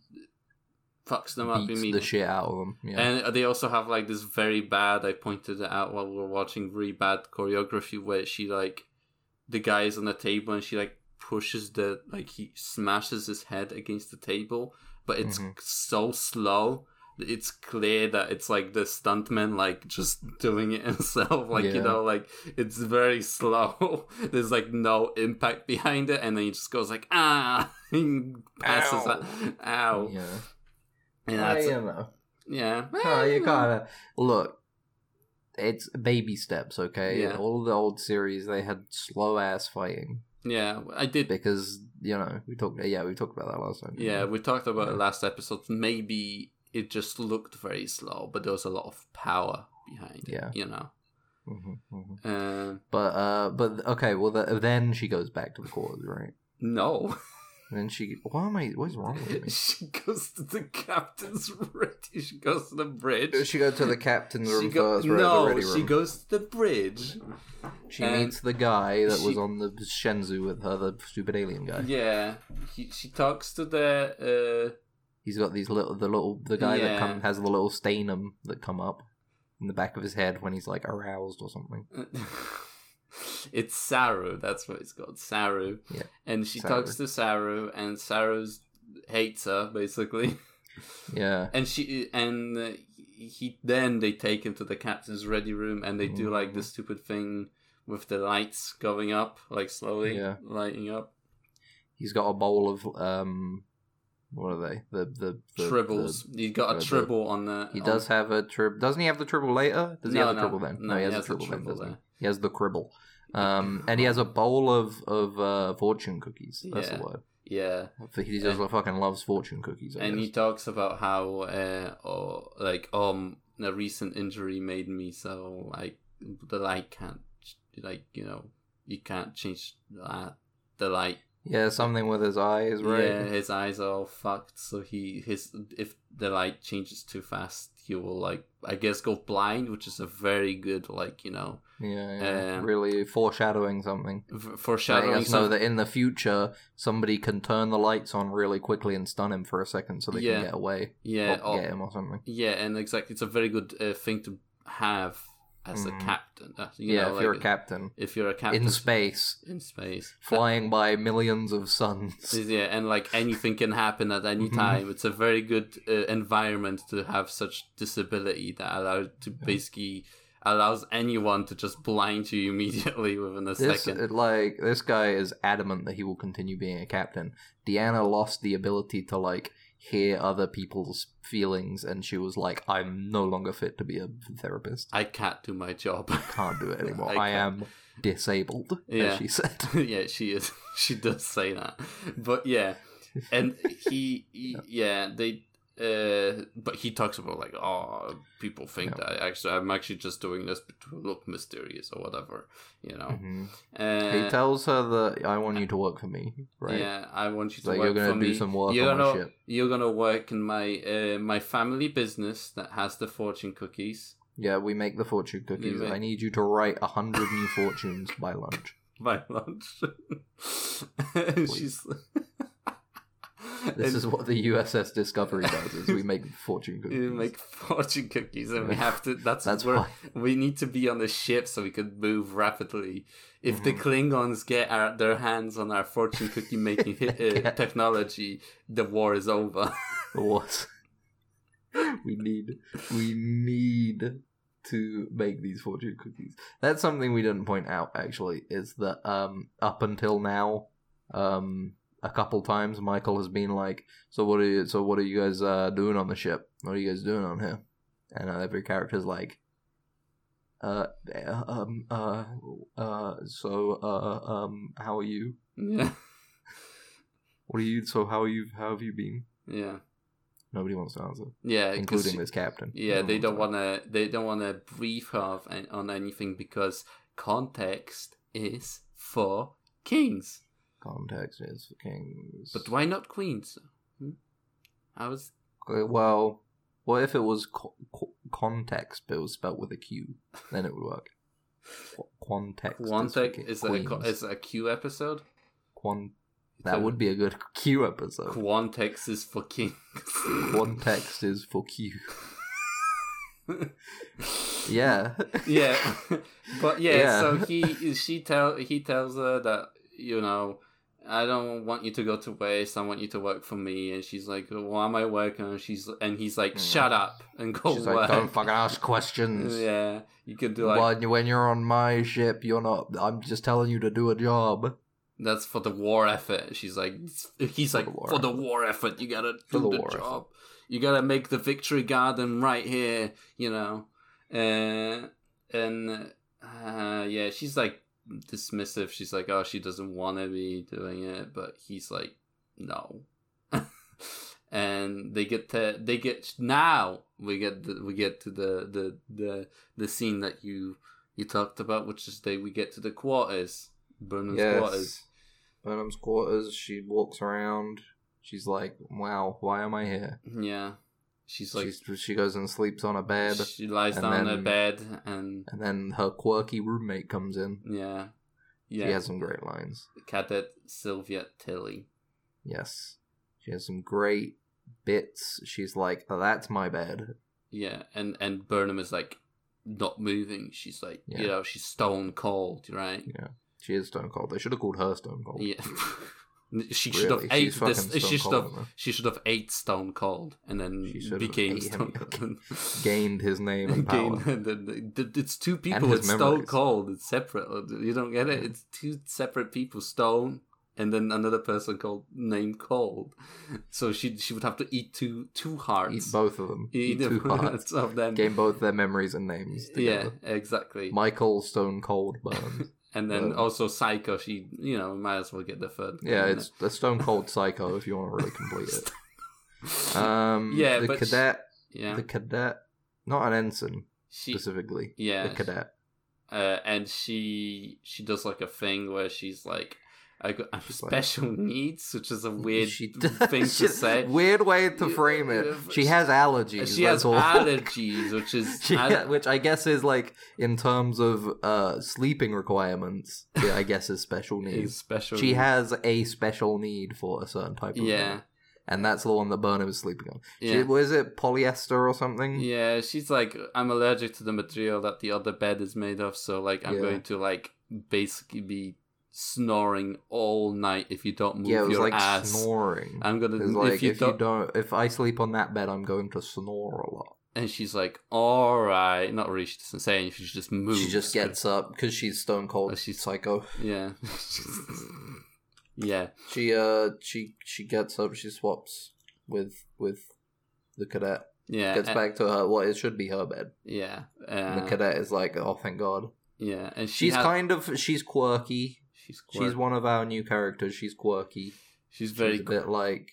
B: fucks them up
A: Beats
B: immediately.
A: the shit out of them. Yeah.
B: And they also have like this very bad. I pointed it out while we were watching. Very bad choreography where she like the guy is on the table and she like pushes the like he smashes his head against the table, but it's
A: Mhm.
B: so slow. that It's clear that it's like the stuntman like just doing it [LAUGHS] himself, like
A: Yeah.
B: you know, like it's very [LAUGHS] slow. There's like no impact behind it, and then he just goes like ah, [LAUGHS] and passes
A: Ow.
B: out. Ow!
A: yeah.
B: And
A: Ah,
B: that's,
A: you know.
B: yeah.
A: Ah, you gotta look. It's baby steps, okay.
B: Yeah.
A: All the old series, they had slow ass fighting
B: Yeah, I did.
A: because you know we talked. Yeah, we talked about that last time.
B: Yeah, we talked about
A: Mm. Yeah.
B: it last episode. Maybe it just looked very slow, but there was a lot of power behind it.
A: Yeah.
B: You know.
A: hmm hmm
B: Um
A: But uh, but okay. Well, th then she goes back to the quarters, right?
B: no,
A: [LAUGHS]
B: [LAUGHS]
A: Then she. Why am I? What's wrong with me?
B: she goes to the captain's ready. She goes to the bridge.
A: She goes to the captain's room
B: She go-
A: first. right, the
B: no,
A: ready
B: she
A: room.
B: goes to the bridge.
A: She
B: and-
A: meets the guy that was
B: she-
A: on the Shenzhou with her, the stupid alien guy.
B: Yeah, he, she talks to the. Uh, [LAUGHS]
A: He's got these little, the little, the guy that
B: Yeah.
A: come, has the little stainum that come up. in the back of his head when he's like aroused or something.
B: it's Saru. That's what it's called, Saru.
A: Yeah,
B: And she
A: Saru.
B: talks to Saru, and Saru's hates her basically.
A: Yeah.
B: And she and uh, he then they take him to the captain's ready room, and they do like the stupid thing with the lights going up, like slowly
A: Yeah.
B: lighting up.
A: He's got a bowl of um what are they? The the, the
B: Tribbles.
A: the-
B: he got
A: uh,
B: a
A: the-
B: tribble on the.
A: he
B: on-
A: does have a trib doesn't he have the tribble later? Does he
B: No,
A: have a
B: no.
A: tribble then?
B: No,
A: he
B: he
A: has,
B: has
A: a
B: the
A: tribble, then,
B: tribble
A: doesn't he?
B: there.
A: He has the cribble. Um and he has a bowl of of uh, fortune cookies. That's
B: Yeah.
A: the word.
B: Yeah.
A: He just fucking loves fortune cookies. I
B: and
A: guess.
B: he talks about how uh oh like um a recent injury made me so like the light can't like you know you can't change that the light
A: Yeah, something with his eyes, right?
B: yeah his eyes are all fucked so he his if the light changes too fast he will like i guess go blind which is a very good like you know
A: Yeah, yeah.
B: Um,
A: really foreshadowing something.
B: f-
A: Letting
B: foreshadowing
A: us know
B: some-
A: that in the future, somebody can turn the lights on really quickly and stun him for a second so they
B: Yeah.
A: can get away.
B: yeah
A: or
B: or-
A: get him or something.
B: yeah and exactly it's a very good uh, thing to have as
A: Mhm.
B: a captain uh, you
A: yeah,
B: know,
A: if
B: like,
A: you're a captain.
B: if you're a captain Uh,
A: In space,
B: in space
A: flying by millions of suns.
B: Yeah, and like anything can happen at any
A: Mhm.
B: time. It's a very good uh, environment to have such disability that allows to basically allows anyone to just blind you immediately [LAUGHS] within a
A: This
B: second.
A: it, like this guy is adamant that he will continue being a captain. Deanna lost the ability to like hear other people's feelings, and she was like, "I'm no longer fit to be a therapist.
B: I can't do my job.
A: Can't do it anymore.
B: [LAUGHS] I
A: I,
B: can't."
A: am disabled."
B: Yeah.
A: As she said.
B: [LAUGHS] yeah, she is. She does say that, but yeah, and he, he-
A: [LAUGHS]
B: yeah, they. Uh, but he talks about like, oh, people think
A: Yeah.
B: that I actually I'm actually just doing this to look mysterious or whatever, you
A: [LAUGHS]
B: know.
A: Mhm.
B: Uh,
A: He tells her that I want you to work for me, right?
B: Yeah, I want you
A: He's
B: to
A: like,
B: work
A: "You're gonna
B: for
A: do
B: me.
A: some work
B: you're
A: on my
B: gonna,
A: ship."
B: You're gonna work in my uh, my family business that has the fortune cookies. [LAUGHS]
A: Yeah, we make the fortune cookies.
B: make-
A: I need you to write a hundred new fortunes by lunch.
B: My lunch. [LAUGHS] and she's.
A: This
B: And
A: is what the USS Discovery does: is we make
B: [LAUGHS]
A: fortune cookies.
B: You make fortune cookies, and we have to.
A: [LAUGHS]
B: That's,
A: That's
B: where
A: why.
B: we need to be on the ship so we can move rapidly. If the
A: Mm-hmm.
B: Klingons get our, their hands on our fortune cookie making
A: [LAUGHS]
B: hi- uh, technology, the war is over. [LAUGHS]
A: What? [LAUGHS] we need, we need to make these fortune cookies. That's something we didn't point out actually. Is that um up until now, um a couple times Michael has been like, so what are you, so what are you guys uh, doing on the ship? What are you guys doing on here? And uh, every character's like. Uh, um, uh, uh, so, uh, um, how are you?
B: yeah,
A: What are you? So how are you? How have you been?
B: yeah,
A: Nobody wants to answer,
B: yeah. uh, 'cause
A: including
B: she-
A: this captain.
B: Yeah,
A: No
B: they
A: one
B: don't
A: wants
B: want to. They don't want to brief her of an- on anything because context is for kings.
A: to- Oh, Context is for kings.
B: But why not queens? Hmm? I was
A: Okay, well, what if it was co- co- context, but it was spelled with a Q? Then it would work. Qu- Quantext.
B: Quantec
A: is
B: is
A: for ki-
B: a co-
A: queens.
B: is a Q episode.
A: Quan-
B: It's
A: That
B: a-
A: would be a good [LAUGHS] Q episode.
B: Quantex is for kings. [LAUGHS]
A: Context is for Q.
B: [LAUGHS]
A: Yeah.
B: yeah, but yeah,
A: Yeah.
B: So he she tell he tells her that you know I don't want you to go to waste. I want you to work for me. And she's like, why am I working? And she's and he's like,
A: Mm.
B: shut up and go
A: She's like,
B: work.
A: don't fucking ask questions.
B: [LAUGHS] yeah, you could do like
A: When, when you're on my ship, you're not. I'm just telling you to do a job.
B: that's for the war effort. She's like, he's like
A: the war
B: for the
A: effort.
B: war effort. You gotta
A: For
B: do
A: the
B: the,
A: war
B: job. You gotta make the victory garden right here. You know, uh, and uh, yeah, she's like dismissive. She's like, oh, she doesn't want to be doing it, but he's like, no. [LAUGHS] and they get to they get now we get the, we get to the the the the scene that you you talked about, which is they we get to the quarters. Burnham's quarters.
A: Burnham's quarters. She walks around. She's like, "Wow, why am I here?"
B: Yeah. She's like
A: She's, she goes and sleeps on a bed,
B: she lies
A: and
B: down on her
A: then-
B: bed and
A: and then her quirky roommate comes in.
B: yeah. Yeah.
A: She has some great lines.
B: Cadet Sylvia Tilly.
A: Yes, she has some great bits. She's like, "That's my bed."
B: Yeah, and and Burnham is like not moving. She's like,
A: Yeah.
B: you know, she's stone cold, right?
A: She is Stone Cold. They should have called her Stone Cold.
B: Yeah. [LAUGHS] she should have
A: Really,
B: ate
A: she's
B: this.
A: fucking
B: She
A: Stone
B: should have.
A: Cold, man.
B: She should have ate Stone Cold and then
A: She should have
B: became
A: ate him.
B: Stone Cold.
A: Gained his name and power.
B: [LAUGHS] Gained- and then th- it's two people.
A: his
B: It's Stone
A: memories.
B: Cold. It's separate. You don't get it. It's two separate people. Stone and then another person called named Cold. So she she would have to eat two two
A: Eat
B: hearts.
A: both of them. Eat
B: Eat [LAUGHS]
A: two
B: them-
A: parts.
B: of them.
A: Gain both their memories and names.
B: yeah,
A: Together.
B: exactly.
A: Michael Stone Cold Burns.
B: and then
A: uh,
B: also Psycho. She you know might as well get the third.
A: yeah,
B: one.
A: it's a Stone Cold Psycho if you want to really complete
B: [LAUGHS]
A: it. Um,
B: Yeah,
A: the
B: but she-
A: cadet,
B: yeah.
A: the cadet, not an ensign
B: she
A: specifically.
B: yeah
A: the cadet.
B: uh, and she she does like a thing where she's like I got I have
A: like-
B: special needs, which
A: [LAUGHS]
B: is a weird
A: She-
B: thing
A: she-
B: to say.
A: Weird way to
B: Yeah,
A: frame it.
B: yeah,
A: She has allergies.
B: she
A: that's
B: has
A: all. [LAUGHS]
B: allergies, which is
A: She-
B: I-
A: which I guess is like in terms of uh, sleeping requirements. Yeah, I guess is
B: [LAUGHS]
A: special
B: is
A: needs.
B: special.
A: She has a special need for a certain type of
B: yeah
A: thing, and that's the one that Burnham is sleeping on.
B: yeah.
A: She, was it polyester or something?
B: yeah, she's like, I'm allergic to the material that the other bed is made of, so like, I'm
A: Yeah.
B: going to like basically be snoring all night if you don't move
A: Yeah, it was
B: your
A: like
B: ass.
A: snoring.
B: I'm gonna
A: It was like
B: if you don't,
A: if I sleep on that bed, I'm going to snore a lot.
B: and she's like, all right, not really. She doesn't say anything. She just moves.
A: She just gets up because she's stone cold.
B: Oh,
A: she's
B: she's-
A: psycho.
B: Yeah. [LAUGHS] yeah.
A: She uh she she gets up. She swaps with with the cadet.
B: Yeah.
A: Gets
B: and-
A: back to her. Well, it should be her bed.
B: Yeah.
A: And the
B: Eh, Uh,
A: cadet is like, oh, thank God.
B: yeah. And she
A: She's
B: had-
A: kind of she's quirky.
B: She's
A: She's one of our new characters. She's quirky.
B: She's
A: Very
B: very
A: she's a bit like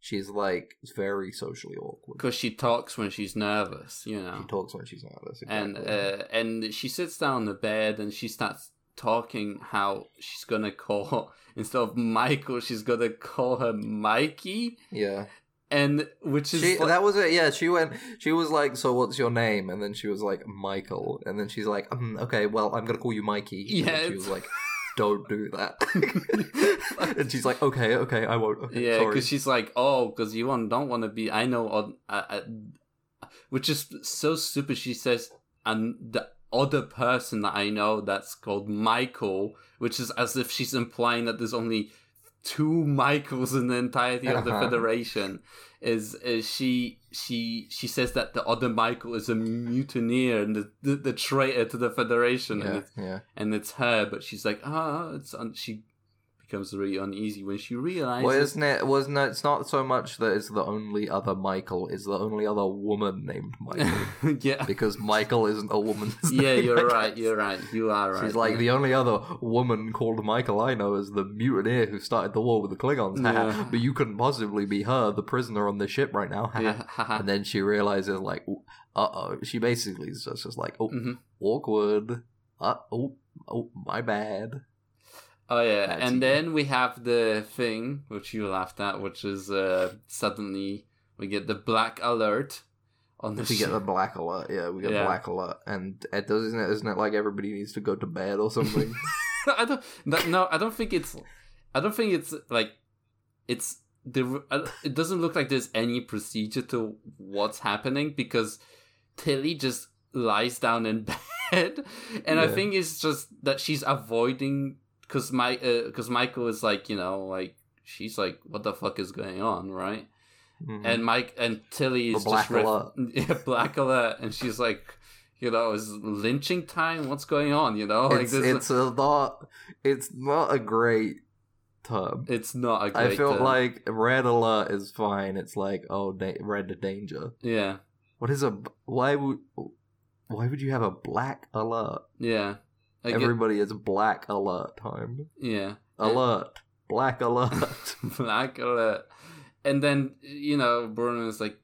A: she's like very socially awkward.
B: because she talks when she's nervous, you know.
A: She talks when she's nervous.
B: and
A: exactly.
B: uh, and she sits down on the bed and she starts talking how she's gonna call [LAUGHS] instead of Michael, she's gonna call her Mikey,
A: yeah,
B: and which is
A: she,
B: like-
A: that was it. Yeah, she went. She was like, "So what's your name?" And then she was like, "Michael." And then she's like, um, "Okay, well, I'm gonna call you Mikey." And then
B: Yeah,
A: she was
B: it's-
A: like, "Don't do
B: [LAUGHS]
A: that." [LAUGHS] and she's like, "Okay, okay, I won't." Okay,
B: yeah,
A: sorry.
B: because she's like, oh, because you want, don't want to be. I know, on, I, I, which is so stupid. She says, and the other person that I know that's called Michael, which is as if she's implying that there's only two Michaels in the entirety of the
A: Uh-huh.
B: Federation. Is, is she she she says that the other Michael is a mutineer and the the, the traitor to the Federation, and
A: yeah,
B: it's
A: yeah.
B: and it's her, but she's like, ah, it's un-, she becomes really uneasy when she realizes.
A: Well, isn't it? Wasn't it? It's not so much that it's the only other Michael. It's the only other woman named
B: [LAUGHS]
A: Michael [LAUGHS]
B: yeah,
A: because Michael isn't a woman's name. [LAUGHS]
B: yeah,
A: I
B: you're
A: guess.
B: right. You're right. You are right.
A: She's like the only other woman called Michael I know is the mutineer who started the war with the Klingons. [LAUGHS]
B: Yeah.
A: but you couldn't possibly be her, the prisoner on the ship right now. [LAUGHS]
B: yeah. [LAUGHS]
A: and then she realizes, like, uh oh. She basically is just, just like, oh,
B: Mhm.
A: awkward. Uh, oh, oh, my bad.
B: Oh yeah,
A: That's
B: and
A: it.
B: then we have the thing which you laughed at, which is uh, suddenly we get the black alert on the
A: We
B: ship.
A: get the black alert. Yeah, we get
B: Yeah.
A: black alert. And it does, isn't it? Isn't it like everybody needs to go to bed or
B: [LAUGHS]
A: something?
B: I don't. No, no, I don't think it's. I don't think it's like. It's the. I don't- It doesn't look like there's any procedure to what's happening because Tilly just lies down in [LAUGHS] bed, and I
A: Yeah.
B: think it's just that she's avoiding because my because Michael is like you know like she's like what the fuck is going on right
A: Mhm.
B: and Mike and Tilly
A: The
B: is
A: black
B: just ref-
A: alert.
B: [LAUGHS] yeah, black alert, and she's like. You know, is lynching time? What's going on? You know,
A: it's,
B: there's-
A: it's a not it's not a great term.
B: It's not a great. uh,
A: I feel
B: term.
A: like red alert is fine. It's like oh, da- red to danger.
B: yeah,
A: What is a b- why would why would you have a black alert?
B: yeah, I get-
A: Everybody is black alert time. [LAUGHS]
B: yeah, [LAUGHS]
A: Alert, black alert.
B: black alert. And then you know, Bruno is like,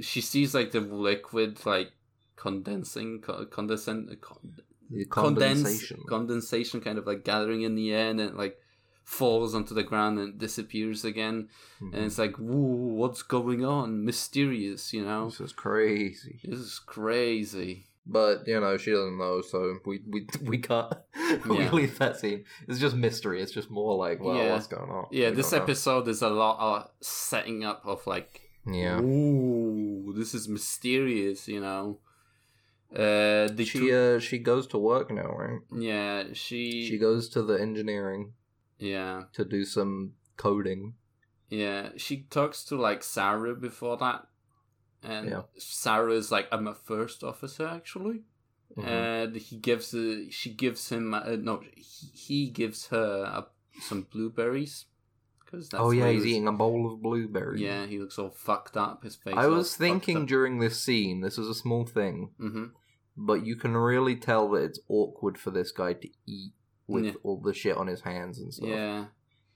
B: she sees like the liquid like condensing, co- condensing, con-
A: The
B: condens-
A: condensation.
B: condensation, kind of like gathering in the air, and it like falls onto the ground and disappears again.
A: Mhm.
B: And it's like, whoa, what's going on? Mysterious, you know.
A: this is crazy.
B: This is crazy.
A: But you know she doesn't know, so we we we cut. [LAUGHS] we
B: Yeah.
A: leave that scene. It's just mystery. It's just more like, well,
B: Yeah.
A: what's going on?
B: Yeah,
A: We
B: this
A: don't know.
B: episode is a lot of setting up of like
A: Yeah.
B: Ooh, this is mysterious, you know. Uh, the
A: she
B: tw-
A: uh she goes to work now, right?
B: yeah, she,
A: She goes to the engineering
B: yeah,
A: to do some coding.
B: yeah. She talks to like Sarah before that, and
A: Yeah.
B: Sarah is like, "I'm a first officer, actually." Uh,
A: Mhm.
B: and he gives uh, she gives him uh, no he, he gives her uh, some blueberries because
A: oh yeah, he's eating a bowl of blueberries.
B: yeah he looks all fucked up his face
A: I was thinking during this scene, this is a small thing,
B: mm-hmm.
A: but you can really tell that it's awkward for this guy to eat with
B: Yeah.
A: all the shit on his hands and stuff.
B: yeah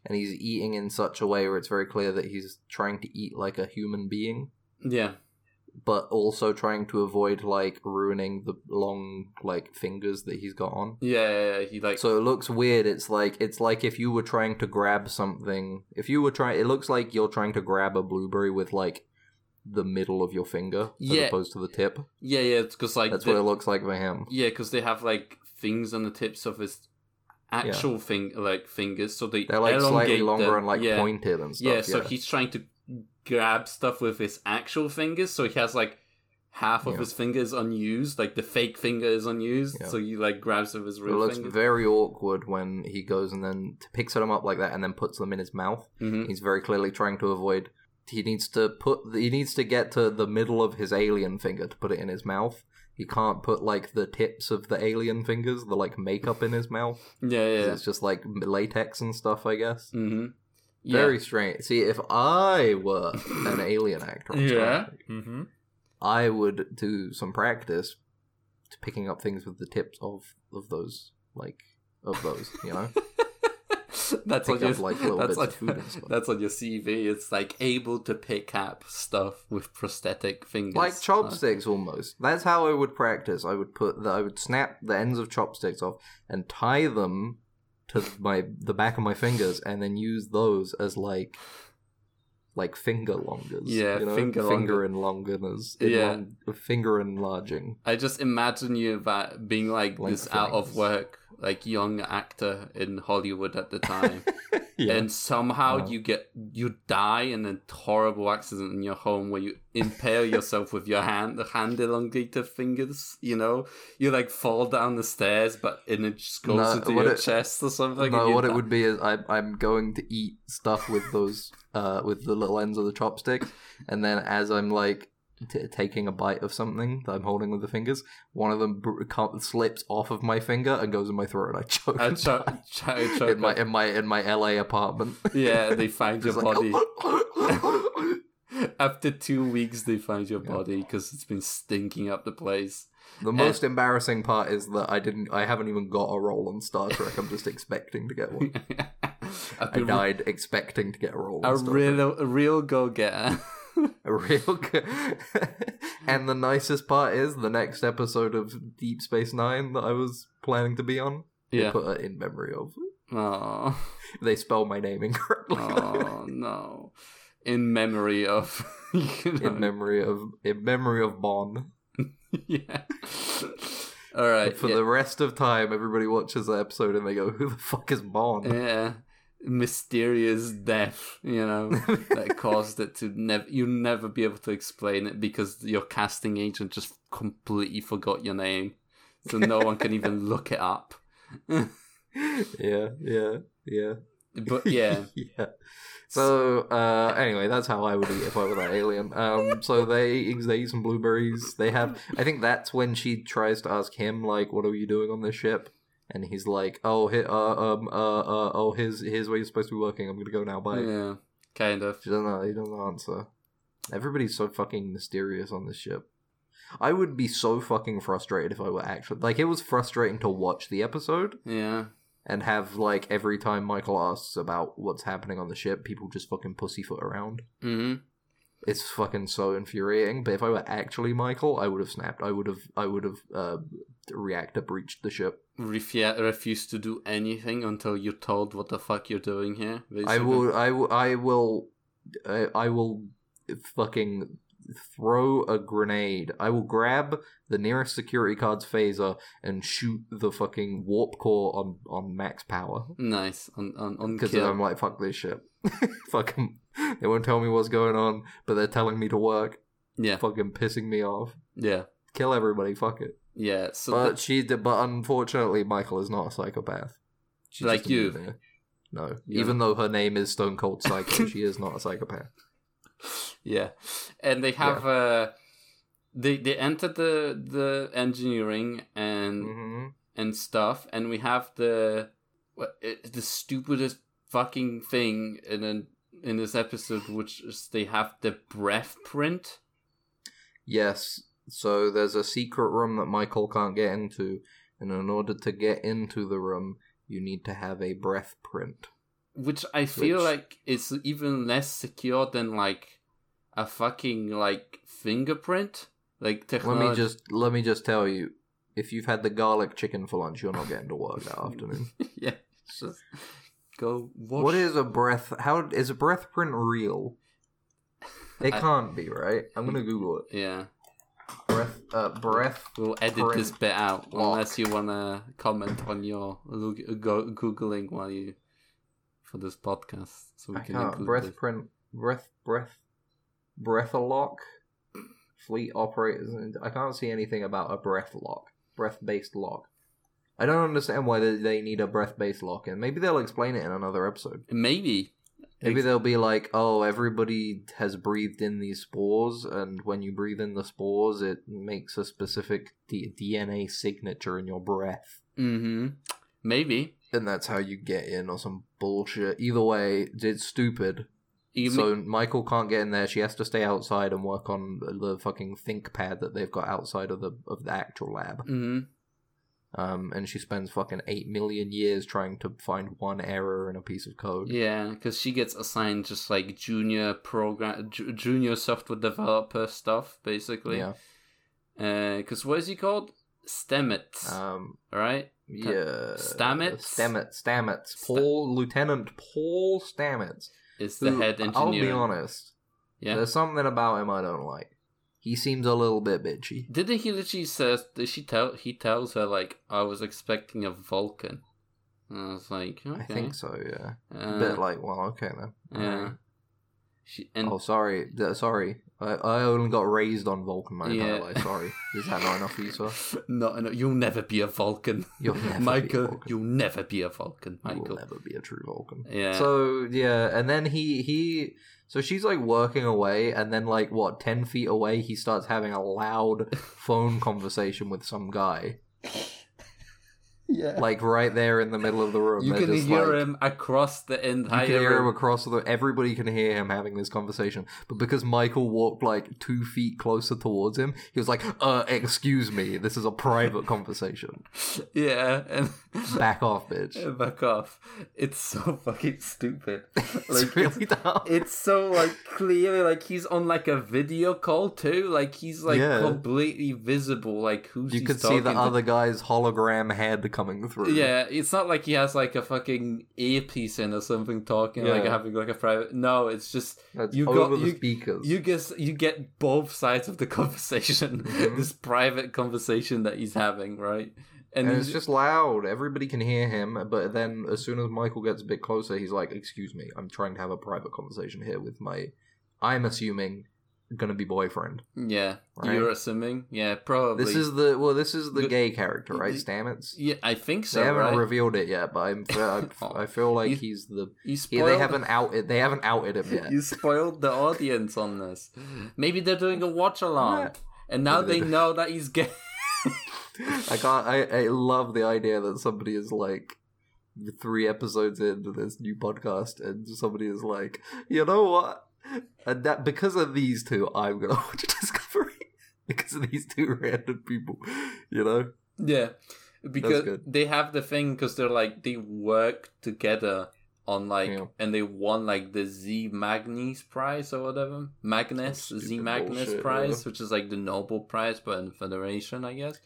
A: And he's eating in such a way where it's very clear that he's trying to eat like a human being,
B: yeah
A: but also trying to avoid like ruining the long like fingers that he's got on.
B: yeah, yeah, yeah, he like
A: So it looks weird. It's like it's like if you were trying to grab something. If you were trying, it looks like you're trying to grab a blueberry with like the middle of your finger
B: Yeah.
A: as opposed to the tip.
B: yeah yeah because like
A: That's
B: the-
A: what it looks like for him.
B: yeah because they have like things on the tips of his actual thing like fingers so they
A: They're like slightly
B: elongate
A: longer
B: them.
A: and like
B: yeah.
A: pointed and stuff.
B: yeah so he's trying to grab stuff with his actual fingers so he has like half of
A: Yeah.
B: his fingers unused like the fake finger is unused
A: Yeah.
B: so he like grabs with his
A: it
B: real
A: looks
B: fingers
A: very awkward when he goes and then t- picks them up like that and then puts them in his mouth.
B: Mhm.
A: He's very clearly trying to avoid. He needs to put. He needs to get to the middle of his alien finger to put it in his mouth. He can't put like the tips of the alien fingers, the like makeup in his mouth.
B: yeah
A: 'cause
B: yeah
A: It's just like m- latex and stuff, I guess.
B: mm-hmm. yeah
A: Very strange. See, if I were an
B: [LAUGHS]
A: alien actor, I'm sorry,
B: yeah mm-hmm.
A: I would do some practice to picking up things with the tips of of those like of those, you know.
B: [LAUGHS] that's
A: Pick
B: on your
A: up, like, little
B: that's
A: bits
B: on,
A: of food and stuff.
B: that's on your cv it's like able to pick up stuff with prosthetic fingers
A: like chopsticks almost. That's how I would practice. I would put the I would snap the ends of chopsticks off and tie them to my the back of my fingers and then use those as like like finger longers.
B: Yeah,
A: you know?
B: finger
A: finger
B: longer.
A: enlongeners.
B: Yeah.
A: Enlong- finger enlarging.
B: I just imagine you about being like
A: Like
B: this out of
A: things.
B: work, like young actor in Hollywood
A: [LAUGHS]
B: at the time, and somehow
A: Uh-huh.
B: you get you die in a horrible accident in your home where you impale yourself with your hand, the hand elongator fingers. You know, you like fall down the stairs, but and it just goes
A: No,
B: into
A: what
B: your
A: it-
B: chest or something.
A: no,
B: and you
A: what it
B: die.
A: would be is I'm I'm going to eat stuff with those uh with the little ends of the chopsticks, and then as I'm like t- taking a bite of something that I'm holding with the fingers, one of them br- com- slips off of my finger and goes in my throat, and I [LAUGHS] choke.
B: I
A: and
B: cho-
A: die
B: cho- choke
A: in my
B: up.
A: in my in my LA apartment. [LAUGHS]
B: yeah, they find your
A: Just like, "Oh."
B: body. After two weeks, they find your body because it's been stinking up the place.
A: [LAUGHS]
B: [LAUGHS]
A: the most embarrassing part is that I didn't. I haven't even got a role on Star Trek. I'm just expecting to
B: [LAUGHS]
A: get one.
B: I've
A: I
B: been
A: died expecting to get a role.
B: a
A: on Star Trek.
B: real, a real go
A: [LAUGHS]
B: getter.
A: A real
B: [LAUGHS]
A: good. and the nicest part is the next episode of Deep Space Nine that I was planning to be on. They
B: [LAUGHS] yeah.
A: put it in memory of.
B: Oh,
A: [LAUGHS] They spell my name [LAUGHS] incorrectly.
B: oh no. In memory of. [LAUGHS] you
A: [LAUGHS]
B: know,
A: in memory of in memory of Bon.
B: [LAUGHS] yeah. All right.
A: For
B: yeah.
A: the rest of time, everybody watches the episode and they go, "Who the fuck is Bon?"
B: yeah. Mysterious death, you know, that caused it to never. You'll never be able to explain it because your casting agent just completely forgot your name, so no one
A: [LAUGHS]
B: can even look it up.
A: [LAUGHS] yeah, yeah, yeah, [LAUGHS]
B: But yeah,
A: yeah. So uh, anyway, that's how I would eat if I were that alien. Um, so they they eat some blueberries. They have. I think that's when she tries to ask him like, "What are you doing on this ship?" And he's like, "Oh, he, uh, um, uh, uh, oh, here's here's where you're supposed to be working. I'm gonna go now. Bye."
B: yeah, kind of.
A: She doesn't. know- He doesn't answer. Everybody's so fucking mysterious on this ship. I would be so fucking frustrated if I were actually like. It was frustrating to watch the episode
B: Yeah.
A: and have like every time Michael asks about what's happening on the ship, people just fucking pussyfoot around.
B: hmm
A: It's fucking so infuriating. But if I were actually Michael, I would have snapped. I would have. I would have uh, reactor breached the ship.
B: Refu- refuse to do anything until you're told what the fuck you're doing here.
A: I
B: basically.
A: will. I will. I will. I, I will fucking throw a grenade. I will grab the nearest security card's phaser and shoot the fucking warp core on on max power.
B: Nice on on on
A: Because
B: kill.
A: I'm like, fuck this shit. [LAUGHS] fucking, they won't tell me what's going on, but they're telling me to work.
B: yeah,
A: Fucking pissing me off.
B: yeah.
A: kill everybody. Fuck it.
B: Yeah, so
A: But
B: th-
A: she did. But unfortunately, Michael is not a psychopath. She's
B: Like
A: just a
B: you.
A: millionaire. No,
B: Yeah.
A: even though her name is Stone Cold
B: [LAUGHS]
A: Psycho, she is not a psychopath.
B: yeah, and they have uh, they they enter the the engineering and
A: hmm
B: and stuff, and we have the what it, the stupidest fucking thing in an, in this episode, which is they have the breath print.
A: Yes. So there's a secret room that Michael can't get into, and in order to get into the room, you need to have a breath print.
B: which I feel
A: Which-
B: like is even less secure than like a fucking like fingerprint. Like
A: Let
B: technology.
A: me just let me just tell you, if you've had the garlic chicken for lunch, you're not getting to work that
B: [LAUGHS]
A: afternoon.
B: [LAUGHS] yeah, just go watch.
A: What is a breath? How is a breath print real? It
B: I-
A: can't be right. I'm gonna Google it.
B: Yeah,
A: Breath, uh, breath.
B: we'll edit this
A: Print
B: bit out
A: lock.
B: unless you wanna comment on your look, go, googling while you for this podcast, so we
A: I
B: can
A: can't.
B: include
A: Breath
B: this.
A: print. Breath. Breath. Breath lock. Fleet operators. and- I can't see anything about a breath lock. Breath based lock. I don't understand why they- they need a breath based lock, and maybe they'll explain it in another episode.
B: Maybe
A: Maybe they'll be like, "Oh, everybody has breathed in these spores, and when you breathe in the spores, it makes a specific D- DNA signature in your breath,
B: Mm-hmm. Maybe.
A: and that's how you get in, or some bullshit." Either way, it's stupid.
B: Even
A: so Michael can't get in there. She has to stay outside and work on the- the fucking think pad that they've got outside of the of the actual lab.
B: hmm
A: Um, and she spends fucking eight million years trying to find one error in a piece of code.
B: Yeah, because she gets assigned just like junior program, ju- junior software developer stuff, basically.
A: Yeah.
B: Because what is he called? Stamets.
A: Um.
B: right?
A: Yeah.
B: Stamets?
A: Stamets. Stamets.
B: Sta-
A: Paul Lieutenant Paul Stamets.
B: Is the
A: who,
B: head engineer.
A: I'll be honest.
B: Yeah.
A: There's something about him I don't like. He seems a little bit bitchy.
B: Didn't he literally says? Did she tell? He tells her like, "I was expecting a Vulcan." And I was like, okay.
A: I think so. Yeah.
B: Uh,
A: a bit like, well, okay then.
B: yeah.
A: Alright.
B: She and
A: oh, sorry. D- sorry. I, I only got raised on Vulcan my entire
B: Yeah.
A: life. Sorry. Is that not enough for you, sir?
B: no, no, you'll never be a Vulcan,
A: You'll never
B: [LAUGHS] Michael.
A: be a Vulcan.
B: You'll never be a Vulcan,
A: You will
B: [LAUGHS] Michael.
A: never be a true Vulcan.
B: Yeah.
A: So yeah, and then he he so she's like working away, and then like what ten feet away, he starts having a loud phone conversation with some guy,
B: yeah.
A: like right there in the middle of the room.
B: You
A: They're
B: can
A: just
B: hear
A: like-
B: him across the
A: You
B: entire
A: can hear him
B: room.
A: across the. Everybody can hear him having this conversation, but because Michael walked like two feet closer towards him, he was like, "Uh, excuse me, this is a private conversation.
B: Yeah, and
A: Back off,
B: [LAUGHS]
A: bitch." [LAUGHS]
B: and back off. It's so fucking stupid.
A: it's
B: Like
A: really [LAUGHS] dumb.
B: [LAUGHS] it's so like clearly like he's on like a video call too. Like he's like
A: Yeah.
B: completely visible. Like who's
A: you
B: he's
A: could see the
B: talking to.
A: other guy's hologram head coming through.
B: Yeah, it's not like he has like a fucking earpiece in or something talking like
A: Yeah.
B: having like a private. No, it's just
A: That's
B: You
A: over
B: got-
A: the
B: you-
A: speakers.
B: you guess you get both sides of the [LAUGHS] conversation.
A: Mhm.
B: this private conversation that he's having, right?
A: and
B: he's
A: it's just loud. Everybody can hear him, but then as soon as Michael gets a bit closer, he's like, "Excuse me, I'm trying to have a private conversation here with my, I'm assuming, gonna be boyfriend."
B: Yeah,
A: right?
B: you're assuming. Yeah, probably.
A: This is the well. This is the
B: The-
A: gay character, right?
B: the-
A: Stamets.
B: Yeah, I think so.
A: they haven't
B: right?
A: revealed it yet, but I'm, I,
B: Oh. [LAUGHS]
A: I feel like
B: You-
A: he's the.
B: you
A: Yeah,
B: spoiled.
A: they
B: [LAUGHS]
A: haven't outed. They haven't outed him yet.
B: You spoiled the audience on this. Maybe they're doing a watch along,
A: Yeah.
B: and now
A: Maybe
B: they
A: they do.
B: know that he's gay.
A: I can't. I, I love the idea that somebody is like three episodes into this new podcast, and somebody is like, you know what? And that because of these two, I'm gonna [LAUGHS] watch Discovery because of these two random people. You know?
B: yeah, because
A: good.
B: they have the thing because they're like they work together on like
A: Yeah.
B: and they won like the Z Magnus Prize or whatever Magnus
A: Some
B: Z
A: stupid
B: Magnus
A: bullshit,
B: Prize,
A: whatever.
B: which is like the Nobel Prize but in Federation, I guess.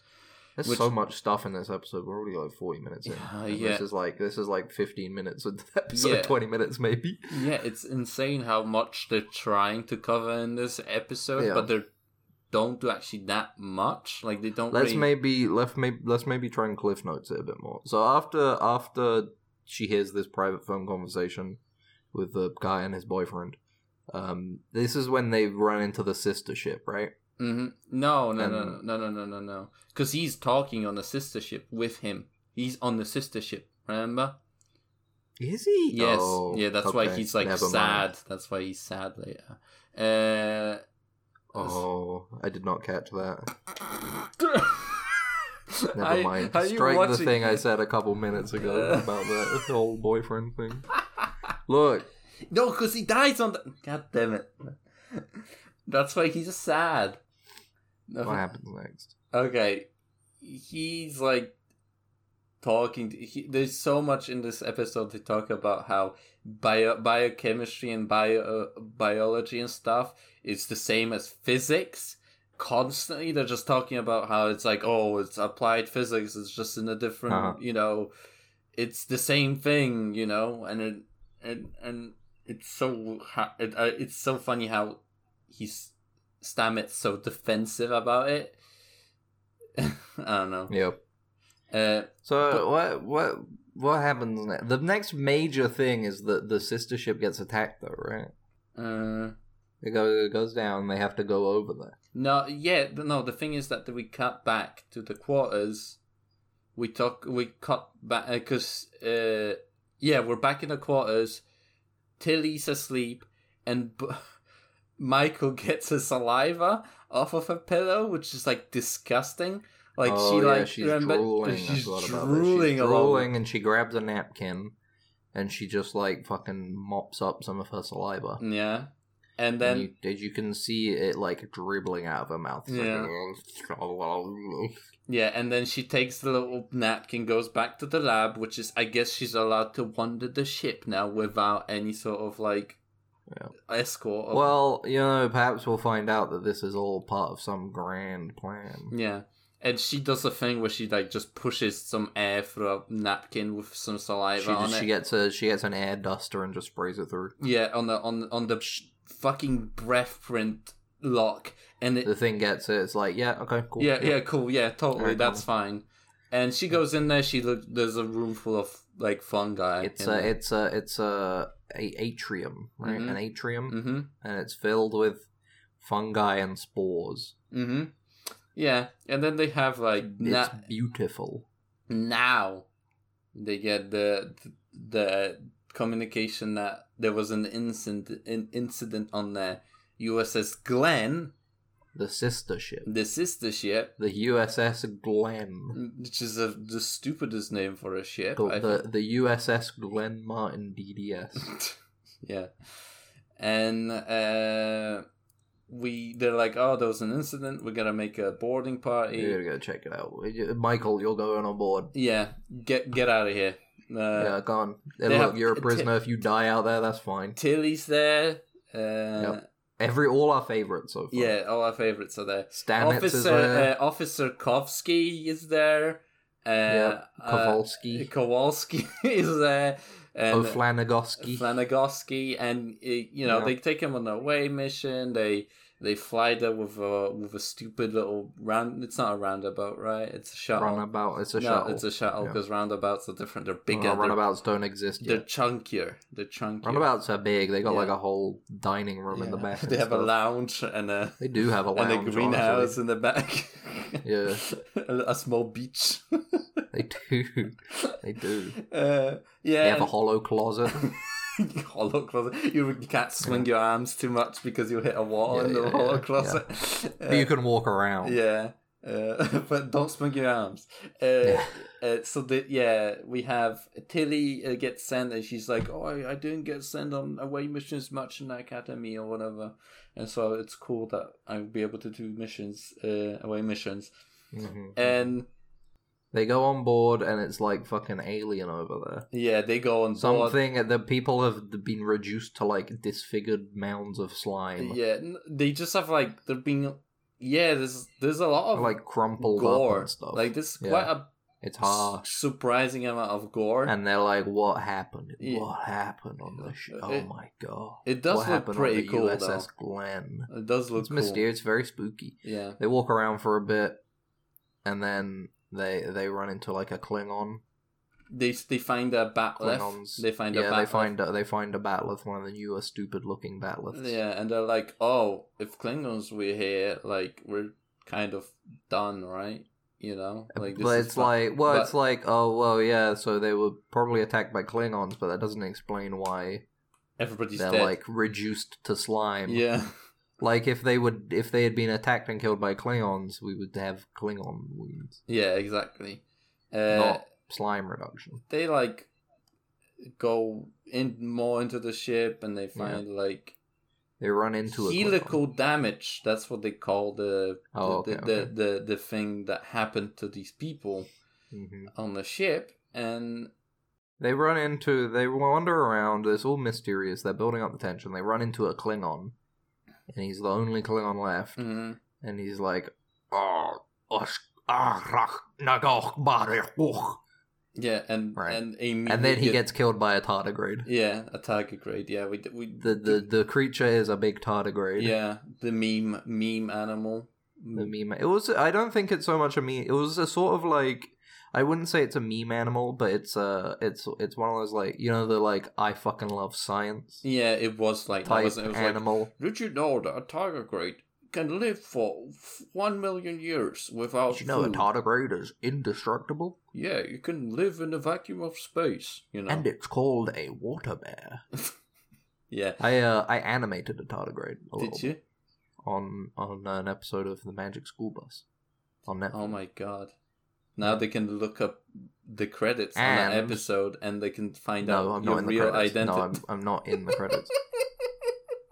A: There's
B: Which-
A: so much stuff in this episode. We're already like 40 minutes in.
B: Yeah,
A: and
B: yeah.
A: This is like this is like 15 minutes into the episode.
B: Yeah.
A: 20 minutes maybe.
B: Yeah, it's insane how much they're trying to cover in this episode,
A: Yeah.
B: but they don't do actually that much. Like they don't.
A: Let's
B: really...
A: maybe let maybe let's maybe try and cliff notes it a bit more. So after after she hears this private phone conversation with the guy and his boyfriend, um, this is when they run into the sister ship, right?
B: hmm No, no, no,
A: And-
B: no, no, no, no, no. Because he's talking on the sister ship with him. He's on the sister ship. Remember?
A: Is he?
B: Yes.
A: Oh,
B: yeah, that's why
A: okay,
B: he's like
A: never mind.
B: sad. That's why he's sad later. Uh, [LAUGHS]
A: Oh, I did not catch that. Never
B: I-
A: mind.
B: how you
A: Strike the
B: watching-
A: thing I said a couple minutes ago
B: [LAUGHS]
A: about that whole boyfriend thing.
B: [LAUGHS]
A: Look,
B: No, because he dies on the. God damn it. [LAUGHS] That's why he's sad.
A: what happens next?
B: Okay, he's like talking. To, he, there's so much in this episode to talk about how bio biochemistry and bio uh, biology and stuff is the same as physics. Constantly, they're just talking about how it's like, oh, it's applied physics. It's just in a different,
A: Uh-huh.
B: you know, it's the same thing, you know, and it and and it's so ha- it, uh, it's so funny how he's Stamets so defensive about it. [LAUGHS] I don't know.
A: Yep.
B: Uh,
A: So
B: But-
A: what what what happens next? The next major thing is that the sister ship gets attacked, though, right?
B: uh,
A: It goes it goes down. and They have to go over there.
B: no, yeah, th- no. The thing is that we cut back to the quarters. We talk. We cut back because uh, yeah, we're back in the quarters. Tilly's asleep, and B- [LAUGHS] Michael gets her saliva off of her pillow, which is like disgusting. Like
A: oh,
B: she
A: yeah,
B: like
A: she's
B: remember-
A: drooling. I
B: she's
A: forgot
B: drooling,
A: about that. She's
B: all over-
A: drooling, and she grabs a napkin, and she just like fucking mops up some of her saliva.
B: Yeah, and
A: And
B: then
A: you, and you can see it like dribbling out of her mouth. It's
B: Yeah.
A: like-
B: Yeah, and then she takes the little napkin, goes back to the lab, which is, I guess, she's allowed to wander the ship now without any sort of like
A: Yeah.
B: escort.
A: [LAUGHS]
B: Or,
A: well, you know, perhaps we'll find out that this is all part of some grand plan.
B: yeah, and she does a thing where she like just pushes some air through a napkin with some saliva
A: She,
B: on
A: just,
B: it.
A: she gets a she gets an air duster and just sprays it through.
B: yeah, on the on on the fucking breath print lock, and it
A: The thing gets it. It's like, yeah, okay, cool.
B: Yeah, yeah, cool. Yeah, totally.
A: Alright,
B: that's fine. And she goes in there. She look. There's a room full of like fungi.
A: It's a it's a it's a, a atrium, right?
B: Mhm.
A: An atrium,
B: Mm-hmm.
A: and it's filled with fungi and spores.
B: Mm-hmm. Yeah, and then they have like na-
A: it's beautiful.
B: now they get the the communication that there was an incident an incident on the USS Glenn,
A: The sister ship,
B: the sister ship,
A: the USS Glenn,
B: which is a, the stupidest name for a ship. I
A: the the, the USS Glenn Martin DDS.
B: [LAUGHS] yeah. And uh, we they're like, oh, there was an incident. We're gonna make a boarding party.
A: You
B: Yeah,
A: gotta go check it out, Michael. You're going on board.
B: get get out of here. Uh,
A: yeah, go on.
B: they
A: look,
B: have-
A: you're a prisoner. if you die out there, that's fine.
B: Tilly's there. Uh,
A: Every all our favorites so far.
B: Yeah, all our favorites are there.
A: Stamets is
B: Officer
A: there.
B: uh, Officer Kovsky is there. Uh,
A: Yeah,
B: uh,
A: Kowalski, Oh,
B: Kowalski [LAUGHS] is there. And
A: O'Flanagoski.
B: Flanagoski, and uh, you know
A: Yeah.
B: they take him on a way mission. They they fly there with a with a stupid little round. It's not a roundabout, right? It's a shuttle.
A: Runabout. It's a
B: no,
A: shuttle.
B: it's a shuttle
A: Yeah.
B: because roundabouts are different. They're
A: Well,
B: bigger. they're,
A: runabouts don't exist
B: they're
A: yet.
B: chunkier. They're chunkier.
A: Runabouts are big. They got like
B: Yeah.
A: a whole dining room in the
B: Yeah.
A: back.
B: [LAUGHS] They
A: and
B: have a
A: stuff.
B: lounge and a
A: They do have a lounge.
B: and a
A: honestly.
B: greenhouse in the back.
A: Yeah.
B: [LAUGHS] a, a small beach.
A: [LAUGHS]
B: [LAUGHS]
A: They do. They do.
B: Uh, yeah,
A: They have a
B: and-
A: hollow closet.
B: [LAUGHS] hollow closet. You can't swing your arms too much because you'll hit a wall
A: Yeah,
B: in the
A: yeah,
B: hollow
A: yeah,
B: closet. [LAUGHS] Uh,
A: you can walk around.
B: yeah, uh, [LAUGHS] but don't swing your arms. Uh,
A: Yeah.
B: uh, so that yeah, we have Tilly uh, gets sent, and she's like, "Oh, I, I didn't get sent on away missions much in the academy or whatever," and so it's cool that I'll be able to do missions, uh, away missions,
A: Mhm.
B: and
A: They go on board and it's like fucking alien over there.
B: yeah, they go on board.
A: Something the people have been reduced to like disfigured mounds of slime.
B: Yeah, n- they just have like they're being yeah. There's there's a lot of
A: Like crumpled up
B: gore
A: and stuff.
B: Like this is
A: Yeah.
B: quite a
A: it's
B: s-
A: harsh.
B: surprising amount of gore.
A: And they're like, "What happened?
B: Yeah.
A: What happened on the show? Oh
B: It-
A: my god!"
B: it does
A: what
B: look
A: happened on
B: pretty
A: the
B: cool
A: USS Glenn.
B: though. It does look
A: It's
B: cool.
A: mysterious, very spooky.
B: Yeah.
A: They walk around for a bit, and then they they run into like a Klingon,
B: they they find a bat
A: Klingons.
B: left. They find a
A: yeah,
B: bat
A: they
B: left.
A: find a, they find a batleth, one of the newer stupid-looking batleths.
B: Yeah, and they're like, "Oh, if Klingons were here, like we're kind of done, right? You know, like
A: Uh, but it's
B: fu-
A: like, well,
B: but-
A: it's like, oh, well, yeah. So they were probably attacked by Klingons, but that doesn't explain why
B: everybody's
A: they're
B: dead.
A: like reduced to slime.
B: yeah, [LAUGHS]
A: Like if they would, if they had been attacked and killed by Klingons, we would have Klingon wounds,
B: yeah, exactly. Uh,
A: not slime reduction.
B: They like go in more into the ship, and they find like
A: They run into a
B: helical
A: Klingon.
B: damage. That's what they call the
A: Oh,
B: the,
A: okay,
B: the,
A: okay.
B: the the thing that happened to these people
A: Mhm.
B: on the ship, and
A: They run into. They wander around. It's all mysterious. They're building up the tension. They run into a Klingon, and he's the only Klingon left.
B: mhm.
A: and he's like, "Ah, us- ah, rach, nagach, bare, och."
B: yeah, and
A: Right.
B: and
A: and then he
B: immediate-
A: gets killed by a tardigrade.
B: Yeah, a tardigrade. Yeah, we d- we
A: The, the the creature is a big tardigrade.
B: yeah the meme meme animal.
A: The meme. It was. I don't think it's so much a meme. It was a sort of like. I wouldn't say it's a meme animal, but it's uh it's it's one of those like you know the like I fucking love science
B: Yeah, it was like that
A: type
B: was, it was like.
A: animal.
B: Did you know that a tardigrade can live for f- one million years without
A: Did you know a
B: food?
A: tardigrade is indestructible,
B: yeah, you can live in the vacuum of space. You know.
A: and it's called a water bear.
B: yeah.
A: I uh I animated a tardigrade. A little
B: Did you?
A: on on an episode of the Magic School Bus on Netflix.
B: Oh my god. Now they can look up the credits on that
A: And-
B: episode, and they can find
A: no,
B: out
A: I'm
B: your
A: not in the
B: real
A: credits.
B: identity.
A: No, I'm, I'm not in the
B: [LAUGHS]
A: credits.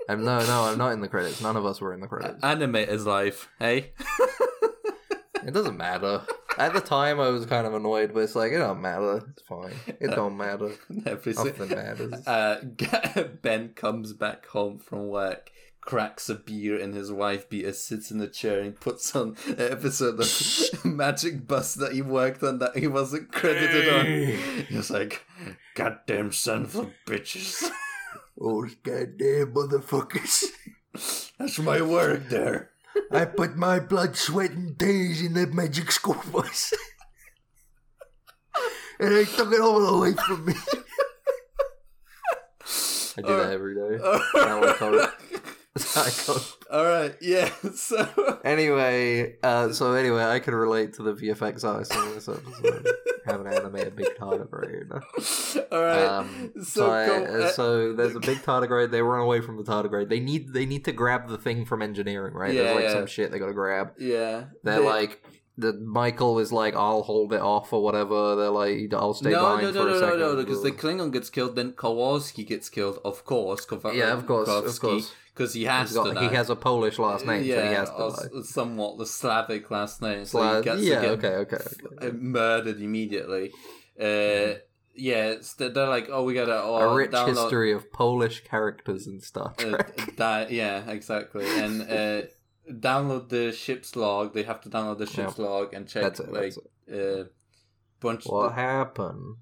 A: I'm, no, no, I'm not in the credits. None of us were in the
B: [LAUGHS]
A: credits.
B: Animator's life, hey. [LAUGHS]
A: It doesn't matter. At the time, I was kind of annoyed, but it's like it don't matter. It's fine. It
B: Uh,
A: don't
B: [LAUGHS]
A: matter.
B: Every si-
A: Nothing matters.
B: [LAUGHS] Uh, [LAUGHS] ben comes back home from work, cracks a beer, and his wife beater sits in a chair and puts on an episode of [LAUGHS] Magic Bus that he worked on that he wasn't credited on. He's like, goddamn son of a bitches. [LAUGHS]
A: Oh goddamn motherfuckers!
B: That's my work there.
A: I put my blood, sweat, and tears in that Magic School Bus, and they took it all away from me. I do that every day. [LAUGHS] I
B: [LAUGHS]
A: got I got
B: Uh, All right, yeah. [LAUGHS] So
A: Anyway, uh, so anyway, I can relate to the VFX artist in this episode. Having an animated big tardigrade.
B: [LAUGHS] all right.
A: Um,
B: [LAUGHS] so
A: so, I-
B: go-
A: uh, so there's a big tardigrade. They run away from the tardigrade. They need they need to grab the thing from engineering, right?
B: Yeah,
A: there's like
B: yeah.
A: some shit they got to grab.
B: yeah.
A: They're
B: They-
A: like. The, Michael is like, I'll hold it off or whatever. They're like, I'll stay
B: no,
A: behind
B: no,
A: for
B: no,
A: a
B: no, no,
A: second.
B: no, because the Klingon gets killed, then Kowalski gets killed, of course. Kova-
A: yeah, of course, of course.
B: because he
A: He's
B: has to.
A: got,
B: die.
A: he has a Polish last name,
B: yeah,
A: so he has to.
B: or
A: die.
B: s- somewhat the Slavic last name, so
A: Slav-
B: he gets
A: yeah,
B: to get
A: okay, okay,
B: f-
A: okay. Mm-hmm.
B: uh, murdered immediately. Uh, yeah, it's, they're they're like, oh, we gotta oh,
A: a rich
B: download-
A: history of Polish characters and
B: [LAUGHS]
A: stuff.
B: uh, di- yeah, exactly. And uh, download the ship's log. They have to download the ship's log and
A: [LAUGHS]
B: check
A: That's it.
B: like
A: That's it.
B: uh, bunch.
A: What happened?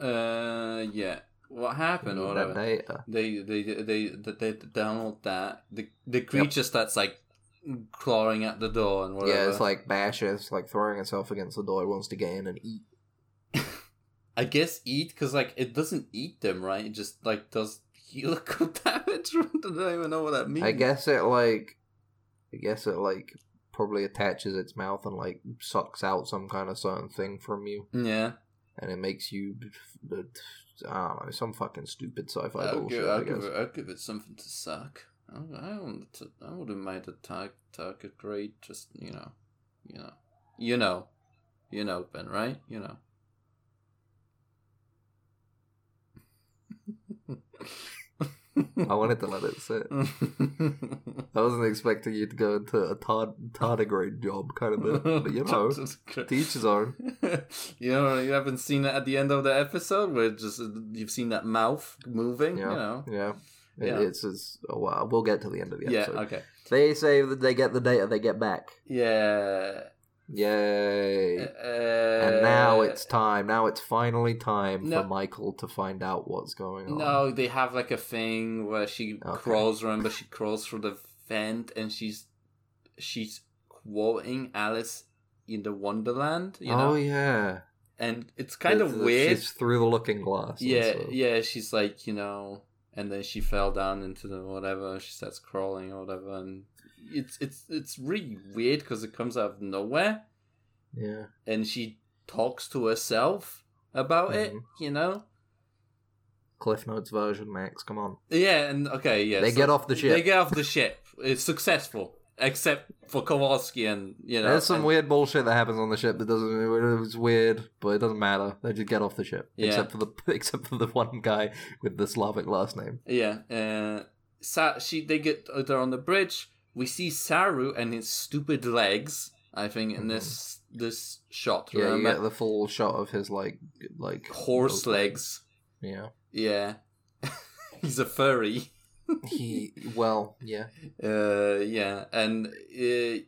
B: uh, yeah. What happened? or
A: Need
B: whatever.
A: that data.
B: They they they they, they download that. The the creature starts like clawing at the door and whatever.
A: Yeah, it's like bashes, like throwing itself against the door. It wants to get in and eat.
B: I guess eat because like it doesn't eat them, right? It just like does [LAUGHS] helical damage. I don't even know what that means.
A: I guess it like, I guess it like probably attaches its mouth and like sucks out some kind of certain thing from you,
B: Yeah.
A: and it makes you, I don't know, some fucking stupid sci-fi
B: I'll
A: bullshit.
B: give, I'll,
A: I
B: give
A: guess.
B: it, I'll give it something to suck. I, I, wouldn't- I wouldn't mind a tar- target grade. Just you know, you know, you know, you know, Ben, right? You know.
A: [LAUGHS] I wanted to let it sit. I wasn't expecting you to go into a tard- tardigrade job kind of bit,
B: [LAUGHS]
A: but you know,
B: Jesus Christ.
A: to each his own.
B: [LAUGHS] you know, you haven't seen it at the end of the episode where it's just you've seen that mouth moving.
A: Yeah,
B: You know.
A: yeah. It-
B: Yeah.
A: It's just oh, wow. We'll get to the end of the
B: yeah.
A: episode.
B: Okay.
A: They say that they get the data, they get back.
B: Yeah.
A: Yay!
B: and
A: and now it's time. Now it's finally time
B: uh, no.
A: for Michael to find out what's going on.
B: uh, No, they have like a thing where she
A: Okay.
B: crawls. Remember, she crawls through the vent, and she's she's quoting Alice in the Wonderland. You know,
A: Oh yeah. uh,
B: and it's kind
A: It's-
B: of
A: it's-
B: weird.
A: It's through the looking glass. and
B: yeah,
A: stuff.
B: yeah. She's like, you know, and then she fell down into the whatever. She starts crawling or whatever, and it's it's it's really weird because it comes out of nowhere,
A: yeah.
B: and she talks to herself about it.
A: Mhm.
B: You know.
A: Cliff Notes version, Max. Come on.
B: Yeah, and okay, yeah.
A: They
B: so
A: get off the ship.
B: They get off the ship. It's successful, except for Kowalski and you know.
A: There's some
B: and-
A: weird bullshit that happens on the ship that doesn't. It's weird, but it doesn't matter. They just get off the ship,
B: Yeah.
A: except for the [LAUGHS] except for the one guy with the Slavic last name.
B: Yeah. Uh, Sa- she they get uh, they're on the bridge. We see Saru and his stupid legs. I think in this this shot,
A: Mm-hmm. Yeah, you
B: remember?
A: get the full shot of his like like
B: horse legs. [LAUGHS]
A: Yeah,
B: Yeah, he's a furry.
A: he well, yeah,
B: Uh, yeah, and uh,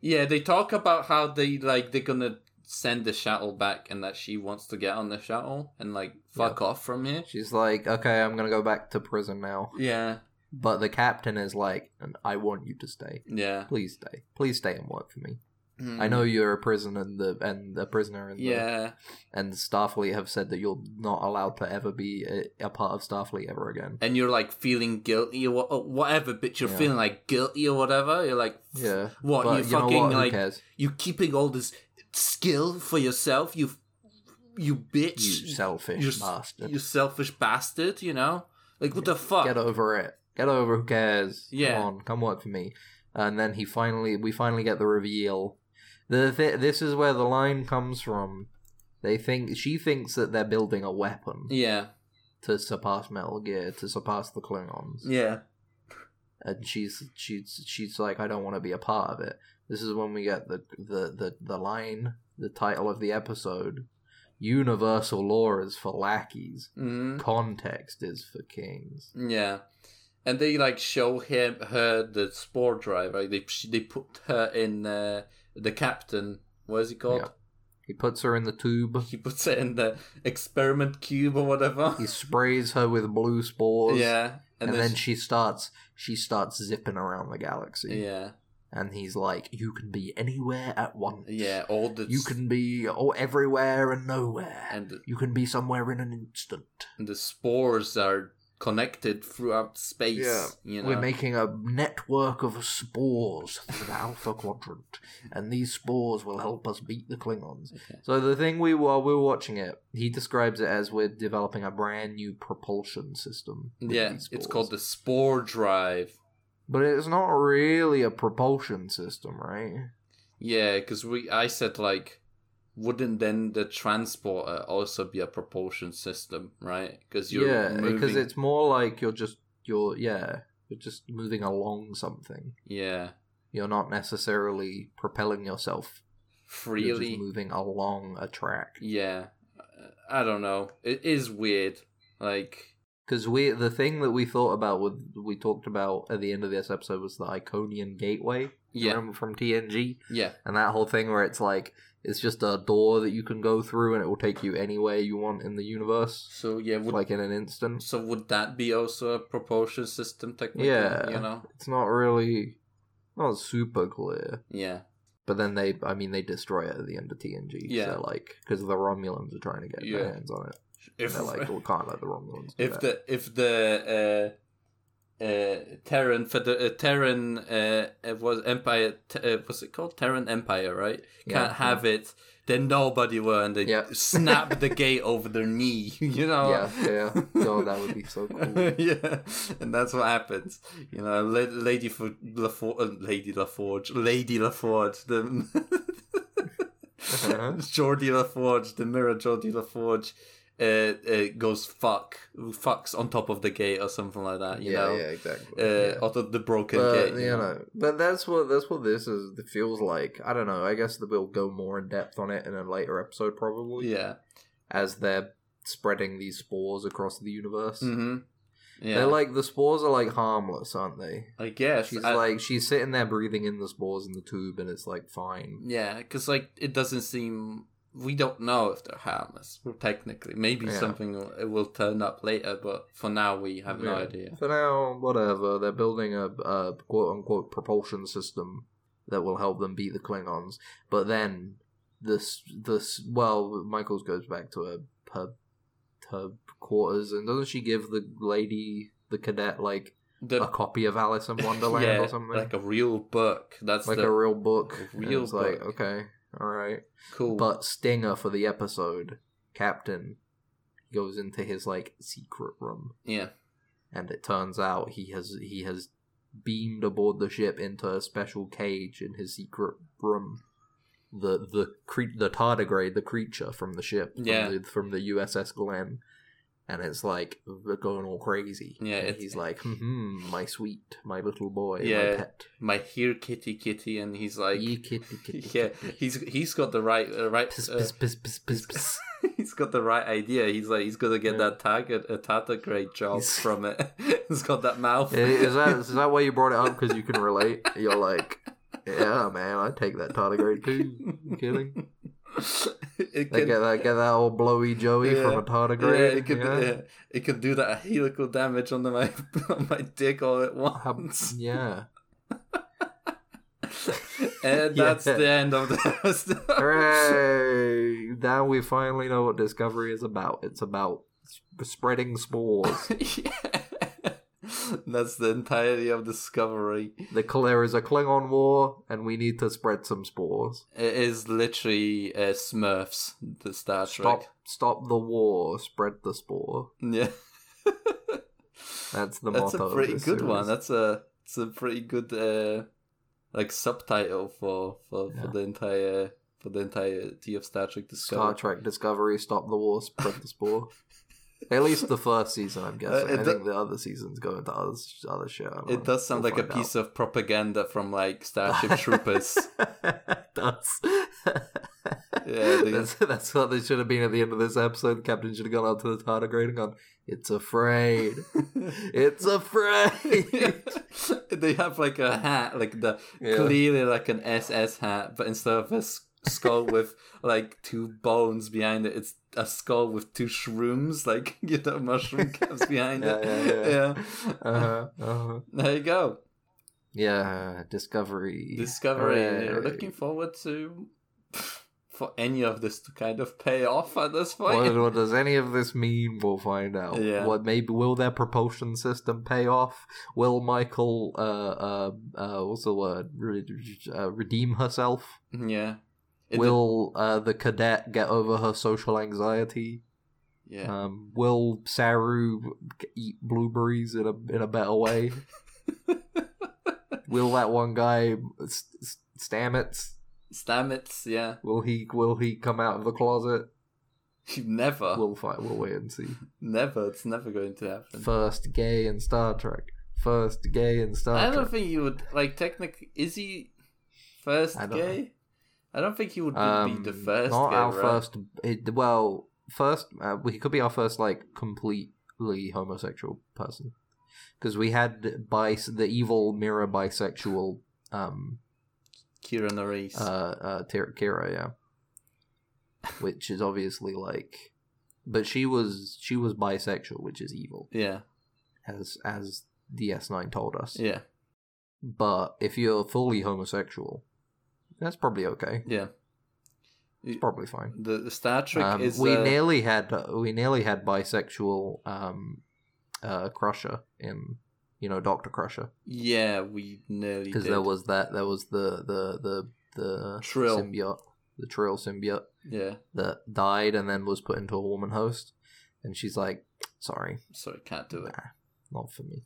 B: yeah, they talk about how they like they're gonna send the shuttle back and that she wants to get on the shuttle and like fuck off from here.
A: She's like, okay, I'm gonna go back to prison now.
B: Yeah,
A: But the captain is like, and I want you to stay.
B: yeah.
A: Please stay. Please stay and work for me. I know you're a prisoner and the and a prisoner and the-
B: Mm. Yeah,
A: and Starfleet have said that you're not allowed to ever be a, a part of Starfleet ever again.
B: and you're like feeling guilty or wha- or whatever, bitch. You're
A: Yeah.
B: feeling like guilty or whatever. You're like, f-
A: Yeah.
B: what?
A: but
B: you
A: you know
B: fucking
A: what? Who
B: like
A: cares?
B: you keeping all this skill for yourself. You, you bitch.
A: You selfish
B: you're s-
A: bastard.
B: you selfish bastard, you know? Like, what the fuck?
A: Get over it. Get over. Who cares?
B: Yeah.
A: Come on, come work for me. And then he finally, we finally get the reveal. The th- this is where the line comes from. They think she thinks that they're building a weapon
B: Yeah,
A: to surpass Metal Gear, to surpass the Klingons.
B: yeah,
A: And she's she's she's like, I don't want to be a part of it. This is when we get the the the, the line, the title of the episode. Universal law is for lackeys.
B: mm
A: Context is for kings.
B: yeah. And they like show him her the spore drive. Right? They she, they put her in uh, the captain. What is he called?
A: He puts her in the tube.
B: He puts it in the experiment cube or whatever.
A: He sprays her with blue spores.
B: [LAUGHS] yeah,
A: And, then she starts she starts zipping around the galaxy.
B: yeah,
A: And he's like, You can be anywhere at once.
B: yeah, all the
A: You can be oh everywhere and nowhere.
B: and the-
A: you can be somewhere in an instant.
B: and the spores are connected throughout space.
A: Yeah.
B: you know.
A: We're making a network of spores through the Alpha Quadrant, and these spores will help us beat the Klingons.
B: Okay.
A: So the thing we while we were watching it, he describes it as we're developing a brand new propulsion system. with
B: yeah,
A: these
B: it's
A: spores.
B: called the spore drive.
A: But it's not really a propulsion system, right?
B: Yeah, because we I said like, wouldn't then the transporter also be a propulsion system, right? Because you're
A: yeah, because
B: moving-
A: it's more like you're just you're yeah you're just moving along something.
B: yeah
A: You're not necessarily propelling yourself. You're
B: freely
A: just moving along a track.
B: yeah. Uh, I don't know. It is weird. Like
A: Because we the thing that we thought about with we talked about at the end of this episode was the Iconian Gateway.
B: yeah
A: remember from TNG
B: yeah
A: and that whole thing where it's like it's just a door that you can go through and it will take you anywhere you want in the universe,
B: so yeah would
A: like in an instant.
B: so would that be also a propulsion system technically?
A: Yeah.
B: you know
A: It's not really not super clear.
B: yeah
A: But then they, I mean, they destroy it at the end of TNG.
B: Yeah.
A: Yeah, like because the Romulans are trying to get
B: Yeah.
A: their hands on it.
B: if
A: They're like, we can't let the Romulans. Do
B: if
A: that."
B: the if the uh uh Terran Feder- uh, Terran uh it was Empire t- uh, what's it called Terran Empire right
A: Yeah,
B: can't have it then nobody will and they
A: Yeah.
B: snap the gate over their knee [LAUGHS] you know
A: yeah, yeah,
B: [LAUGHS]
A: God, that would be so cool.
B: yeah, and that's what happens. You know, La- Lady for LaForge, uh, Lady LaForge, Lady LaForge, the [LAUGHS]
A: Uh-huh.
B: Geordie LaForge, the mirror Geordie LaForge, uh, uh, goes fuck, fucks on top of the gate or something like that. You
A: yeah,
B: know,
A: yeah, exactly.
B: uh,
A: yeah.
B: out of the broken
A: But
B: gate.
A: you know, but that's what that's what this is. It feels like I don't know. I guess that we'll go more in depth on it in a later episode, probably.
B: yeah,
A: As they're spreading these spores across the universe,
B: hmm yeah.
A: they're like the spores are like harmless, aren't they?
B: I guess
A: She's
B: I-
A: like she's sitting there breathing in the spores in the tube, and it's like fine.
B: Yeah, because like it doesn't seem we don't know if they're harmless. Well, technically, maybe
A: Hmm. Yeah.
B: something will, it will turn up later, but for now we have no
A: Yeah.
B: idea.
A: For now, whatever. They're building a, a quote unquote propulsion system that will help them beat the Klingons, but then this this well michaels goes back to her her, her quarters and doesn't she give the lady the cadet like
B: The-
A: a copy of alice in wonderland
B: yeah,
A: or something
B: like a real book. That's
A: like
B: the
A: a real book
B: a
A: And
B: real
A: it's like
B: book.
A: okay all right
B: cool.
A: but stinger for the episode captain goes into his like secret room
B: yeah,
A: and it turns out he has he has beamed aboard the ship into a special cage in his secret room. The the cre- the tardigrade, the creature from the ship, from
B: Yeah.
A: the, from the USS Glenn, and it's like they're going all crazy.
B: Yeah,
A: and
B: it's-
A: he's like, hmm, my sweet, my little boy,
B: Yeah.
A: my pet,
B: my here kitty kitty, and he's like, [LAUGHS]
A: ye kitty kitty,
B: yeah, he's he's got the right uh, right.
A: piss,
B: uh,
A: piss, piss, piss, piss, piss.
B: [LAUGHS] he's got the right idea. He's like he's gonna get
A: Yeah.
B: that target a tardigrade job
A: He's-
B: from it. [LAUGHS] he's got that mouth.
A: Yeah,
B: [LAUGHS]
A: Is that is that why you brought it up? Because you can relate. You're like, yeah, man, I take that tardigrade too. kidding?
B: It
A: They
B: can,
A: get that get that old blowy Joey
B: Yeah.
A: from a
B: yeah,
A: tardigrade.
B: it can,
A: yeah.
B: yeah, it can do that helical damage on the, my [LAUGHS] on my dick all at once.
A: [LAUGHS]
B: [LAUGHS]
A: Yeah.
B: and
A: Yeah.
B: that's the end of the episode.
A: Hooray! now we finally know what Discovery is about. It's about sp- spreading
B: [LAUGHS]
A: spores.
B: [LAUGHS] Yeah. That's the entirety of Discovery.
A: the there is a Klingon war, and we need to spread some spores.
B: It is literally uh, Smurfs, the Star Trek.
A: Stop! Stop the war. Spread the spore.
B: Yeah.
A: [LAUGHS] That's the
B: That's
A: motto.
B: a
A: of
B: pretty good
A: this
B: one.
A: series.
B: That's a it's a pretty good uh, like subtitle for for, for
A: Yeah.
B: the entire for the entirety of Star Trek
A: Star
B: Discovery.
A: Trek Discovery. Stop the war. Spread the
B: [LAUGHS]
A: spore. At least the first season, I'm guessing.
B: Uh, it
A: I
B: do-
A: think the other seasons go into other other shit. I don't know.
B: It does sound
A: We'll
B: like a
A: find out.
B: piece of propaganda from like Starship uh,
A: [LAUGHS]
B: Troopers.
A: it does.
B: they-
A: that's, that's what they should have been at the end of this episode. The captain should have gone up to the tardigrade and gone, It's afraid. It's
B: [LAUGHS]
A: afraid.
B: they have like a hat, like the
A: [LAUGHS] Yeah.
B: clearly like an SS hat, but instead of a s- skull with like two bones behind it, it's a skull with two shrooms, like [LAUGHS] you know,
A: [LAUGHS]
B: mushroom caps behind
A: Yeah,
B: it.
A: yeah,
B: yeah.
A: uh-huh, uh-huh.
B: [LAUGHS] There you go.
A: Yeah, discovery.
B: Discovery. We're
A: Hooray.
B: Looking forward to for any of this to kind of pay off at this
A: What,
B: point.
A: what does any of this mean? We'll find out.
B: Yeah.
A: What maybe will their propulsion system pay off? Will Michael uh uh, uh what's the word Re- uh, redeem herself?
B: [LAUGHS] Yeah. It-
A: will uh, the cadet get over her social anxiety?
B: yeah.
A: Um, will Saru eat blueberries in a in a better
B: [LAUGHS]
A: way? will that one guy S- S- Stamets?
B: Stamets, yeah.
A: Will he will he come out of the closet?
B: [LAUGHS] Never.
A: We'll fight. We'll wait and see.
B: never. It's never going to happen.
A: First gay in Star Trek. First gay in Star
B: I don't
A: Trek.
B: think you would like technically is he first
A: I don't
B: gay? I don't think he would be,
A: Um,
B: the first
A: Not
B: gay,
A: our
B: right?
A: first. It, well, first uh, he could be our first like completely homosexual person because we had bis- the evil mirror bisexual um
B: Kira Norris.
A: uh uh Ter- Kira, yeah, which is obviously like, but she was she was bisexual, which is evil
B: yeah.
A: as as DS9 told us.
B: Yeah.
A: But if you're fully homosexual, that's probably okay.
B: Yeah.
A: It's probably fine.
B: The, the Star Trek
A: Um,
B: is
A: we
B: uh,
A: nearly had we nearly had bisexual um, uh, Crusher in you know Doctor Crusher
B: Yeah, we nearly
A: because
B: did.
A: there was that there was the the the the
B: Trill.
A: symbiote the Trill symbiote
B: Yeah.
A: that died and then was put into a woman host and she's like sorry
B: Sorry, can't do it.
A: nah,
B: Um, uh,
A: not for me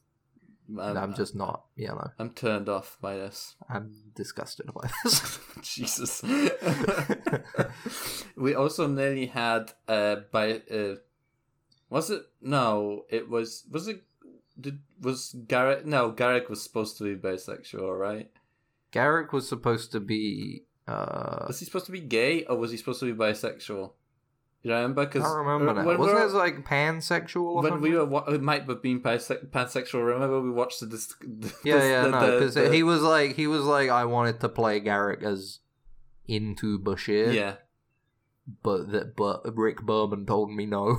B: I'm,
A: I'm just not you know
B: I'm turned off by this.
A: I'm disgusted by this [LAUGHS]
B: [LAUGHS] Jesus. we also nearly had uh by uh was it no, it was was it did was Garrick no, Garrick was supposed to be bisexual, right?
A: Garrick was supposed to be uh,
B: Was he supposed to be gay or was he supposed to be bisexual? You remember?
A: I
B: Cause
A: don't remember
B: uh, when
A: that
B: we
A: wasn't
B: were-
A: it like pansexual or
B: when
A: something?
B: we were, wa- it might have been bise- pansexual. Remember, we watched the, dis- [LAUGHS] the
A: Yeah, yeah,
B: the,
A: no,
B: the-
A: because
B: the-
A: he was like, he was like, I wanted to play Garrick as into Bashir,
B: yeah, [LAUGHS]
A: but that but Rick Berman told me
B: [LAUGHS]
A: no,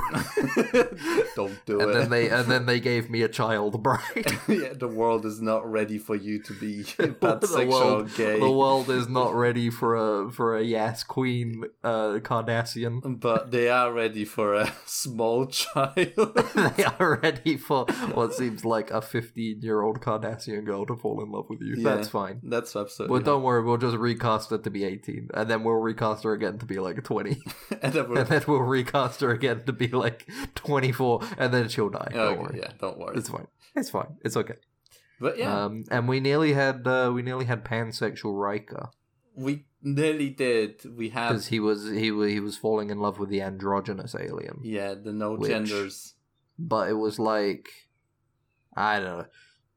B: Don't do
A: and
B: it.
A: then they and then they gave me a child
B: [LAUGHS]
A: bride. [LAUGHS]
B: yeah, the world is not ready for you to be [LAUGHS] that
A: The
B: sexual
A: world-
B: gay.
A: the world is not ready for a for a yes queen uh, Cardassian. [LAUGHS]
B: But they are ready for a [LAUGHS] small child.
A: they are ready for what seems like a 15 year old Cardassian girl to fall in love with you.
B: Yeah.
A: That's fine.
B: That's absolutely.
A: Well, don't worry, we'll just recast her to be 18, and then we'll recast her again to be like 20,
B: [LAUGHS] And
A: [LAUGHS]
B: then
A: and
B: we're-
A: then we'll recast her again to be like 24, and then she'll die. Don't
B: Okay,
A: worry.
B: yeah, don't worry.
A: It's fine. It's fine. It's okay.
B: But yeah,
A: Um, and we nearly had uh, we nearly had pansexual Riker
B: we nearly did. We have
A: because he was he wa- he was falling in love with the androgynous alien.
B: yeah the no
A: Which-
B: genders. [LAUGHS]
A: but it was like I don't know.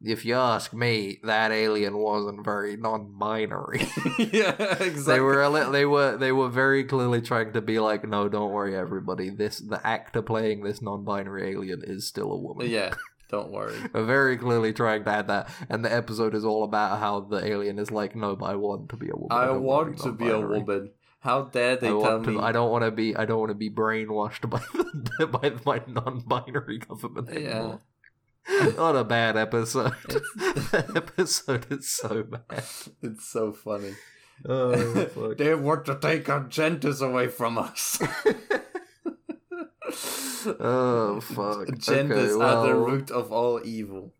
A: If you ask me, that alien wasn't very
B: [LAUGHS]
A: non-binary.
B: yeah, exactly.
A: [LAUGHS] they were a li- they were they were very clearly trying to be like, no, don't worry, everybody. This the actor playing this non-binary alien is still a woman.
B: Yeah, don't
A: [LAUGHS]
B: worry.
A: They're very clearly trying to add that, and the episode is all about how the alien is like, no, but I want to be a woman.
B: I
A: don't wanna
B: want to be a
A: non-binary.
B: woman. How dare they
A: I,
B: tell
A: want
B: me?
A: to, I don't want to be. I don't want to be brainwashed [LAUGHS] by the, by my non-binary government
B: Yeah.
A: anymore. What a bad episode! [LAUGHS]
B: [LAUGHS]
A: that episode is so bad.
B: [LAUGHS] It's so funny.
A: [LAUGHS] Oh, fuck.
B: they want to take our genders away from us.
A: [LAUGHS]
B: [LAUGHS]
A: Oh, fuck.
B: Genders
A: Okay,
B: are the
A: well-
B: root of all evil.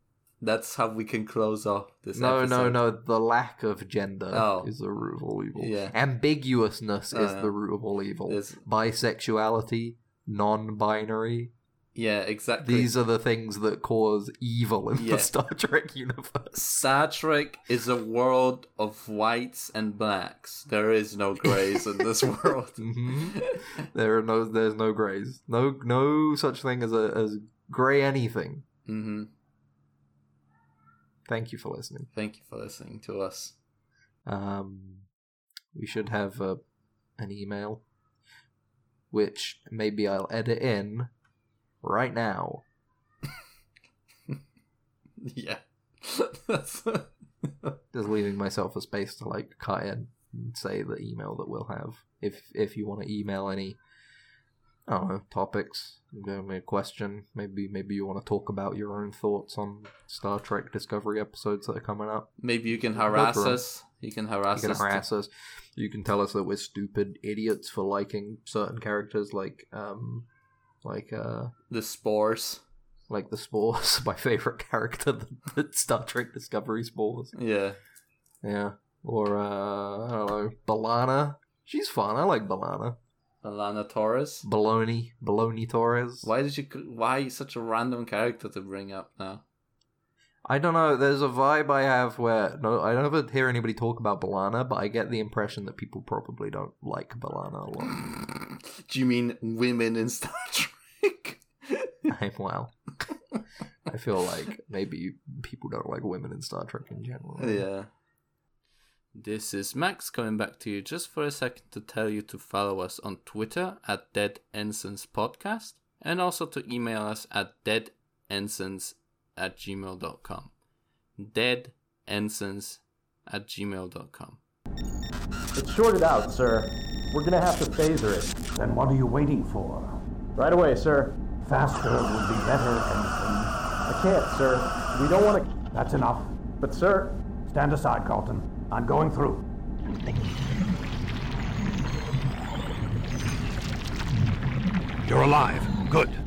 B: That's how we can close off this
A: No, no,
B: episode.
A: no. The lack of gender
B: Oh.
A: is the root of all evil.
B: Yeah.
A: Ambiguousness is
B: Uh,
A: the root of all evil.
B: It's-
A: Bisexuality, non-binary.
B: yeah, exactly.
A: These are the things that cause evil in
B: Yeah.
A: the Star Trek universe.
B: Star Trek is a world of whites and blacks. There is no grays in
A: [LAUGHS]
B: this world.
A: hmm
B: [LAUGHS]
A: There are no, there's no grays. No, no such thing as a as gray anything.
B: hmm
A: Thank you for listening.
B: Thank you for listening to us. [LAUGHS]
A: Um, we should have uh, an email, which maybe I'll edit in right now.
B: Yeah. [LAUGHS] That's
A: Just leaving myself a space to like cut in and say the email that we'll have. If if you want to email any, I don't know, topics, give me a question. Maybe maybe you want to talk about your own thoughts on Star Trek Discovery episodes that are coming up.
B: Maybe you can
A: No
B: harass
A: problem.
B: us. You can harass
A: you
B: us.
A: can harass us. You can tell us that we're stupid idiots for liking certain characters, like um, like uh,
B: the spores.
A: like the spores. [LAUGHS] My favorite character, the, the Star Trek Discovery spores.
B: Yeah.
A: Yeah, or uh, I don't know, Balana. She's fun. I like Balana.
B: Alana Torres.
A: Baloney, Baloney Torres.
B: Why did you? Why such a random character to bring up now? [LAUGHS]
A: I don't know. There's a vibe I have where no, I don't ever hear anybody talk about Balana, but I get the impression that people probably don't like Balana a lot.
B: [LAUGHS]
A: [LAUGHS]
B: Do you mean women in Star [LAUGHS] Trek?
A: I'm well. [LAUGHS] I feel like maybe people don't like women in Star Trek in general.
B: yeah.
D: This is Max coming back to you just for a second to tell you to follow us on Twitter at Dead Ensigns Podcast and also to email us at deadensigns at gmail.com. Dead Ensigns at gmail.com.
E: It's shorted out, sir. We're gonna have to phaser it.
F: Then what are you waiting for?
E: Right away, sir.
F: Faster would be better, Ensign.
E: I can't, sir. We don't want to.
F: That's enough.
E: But, sir.
F: Stand aside, Carlton. I'm going through. You're alive. Good.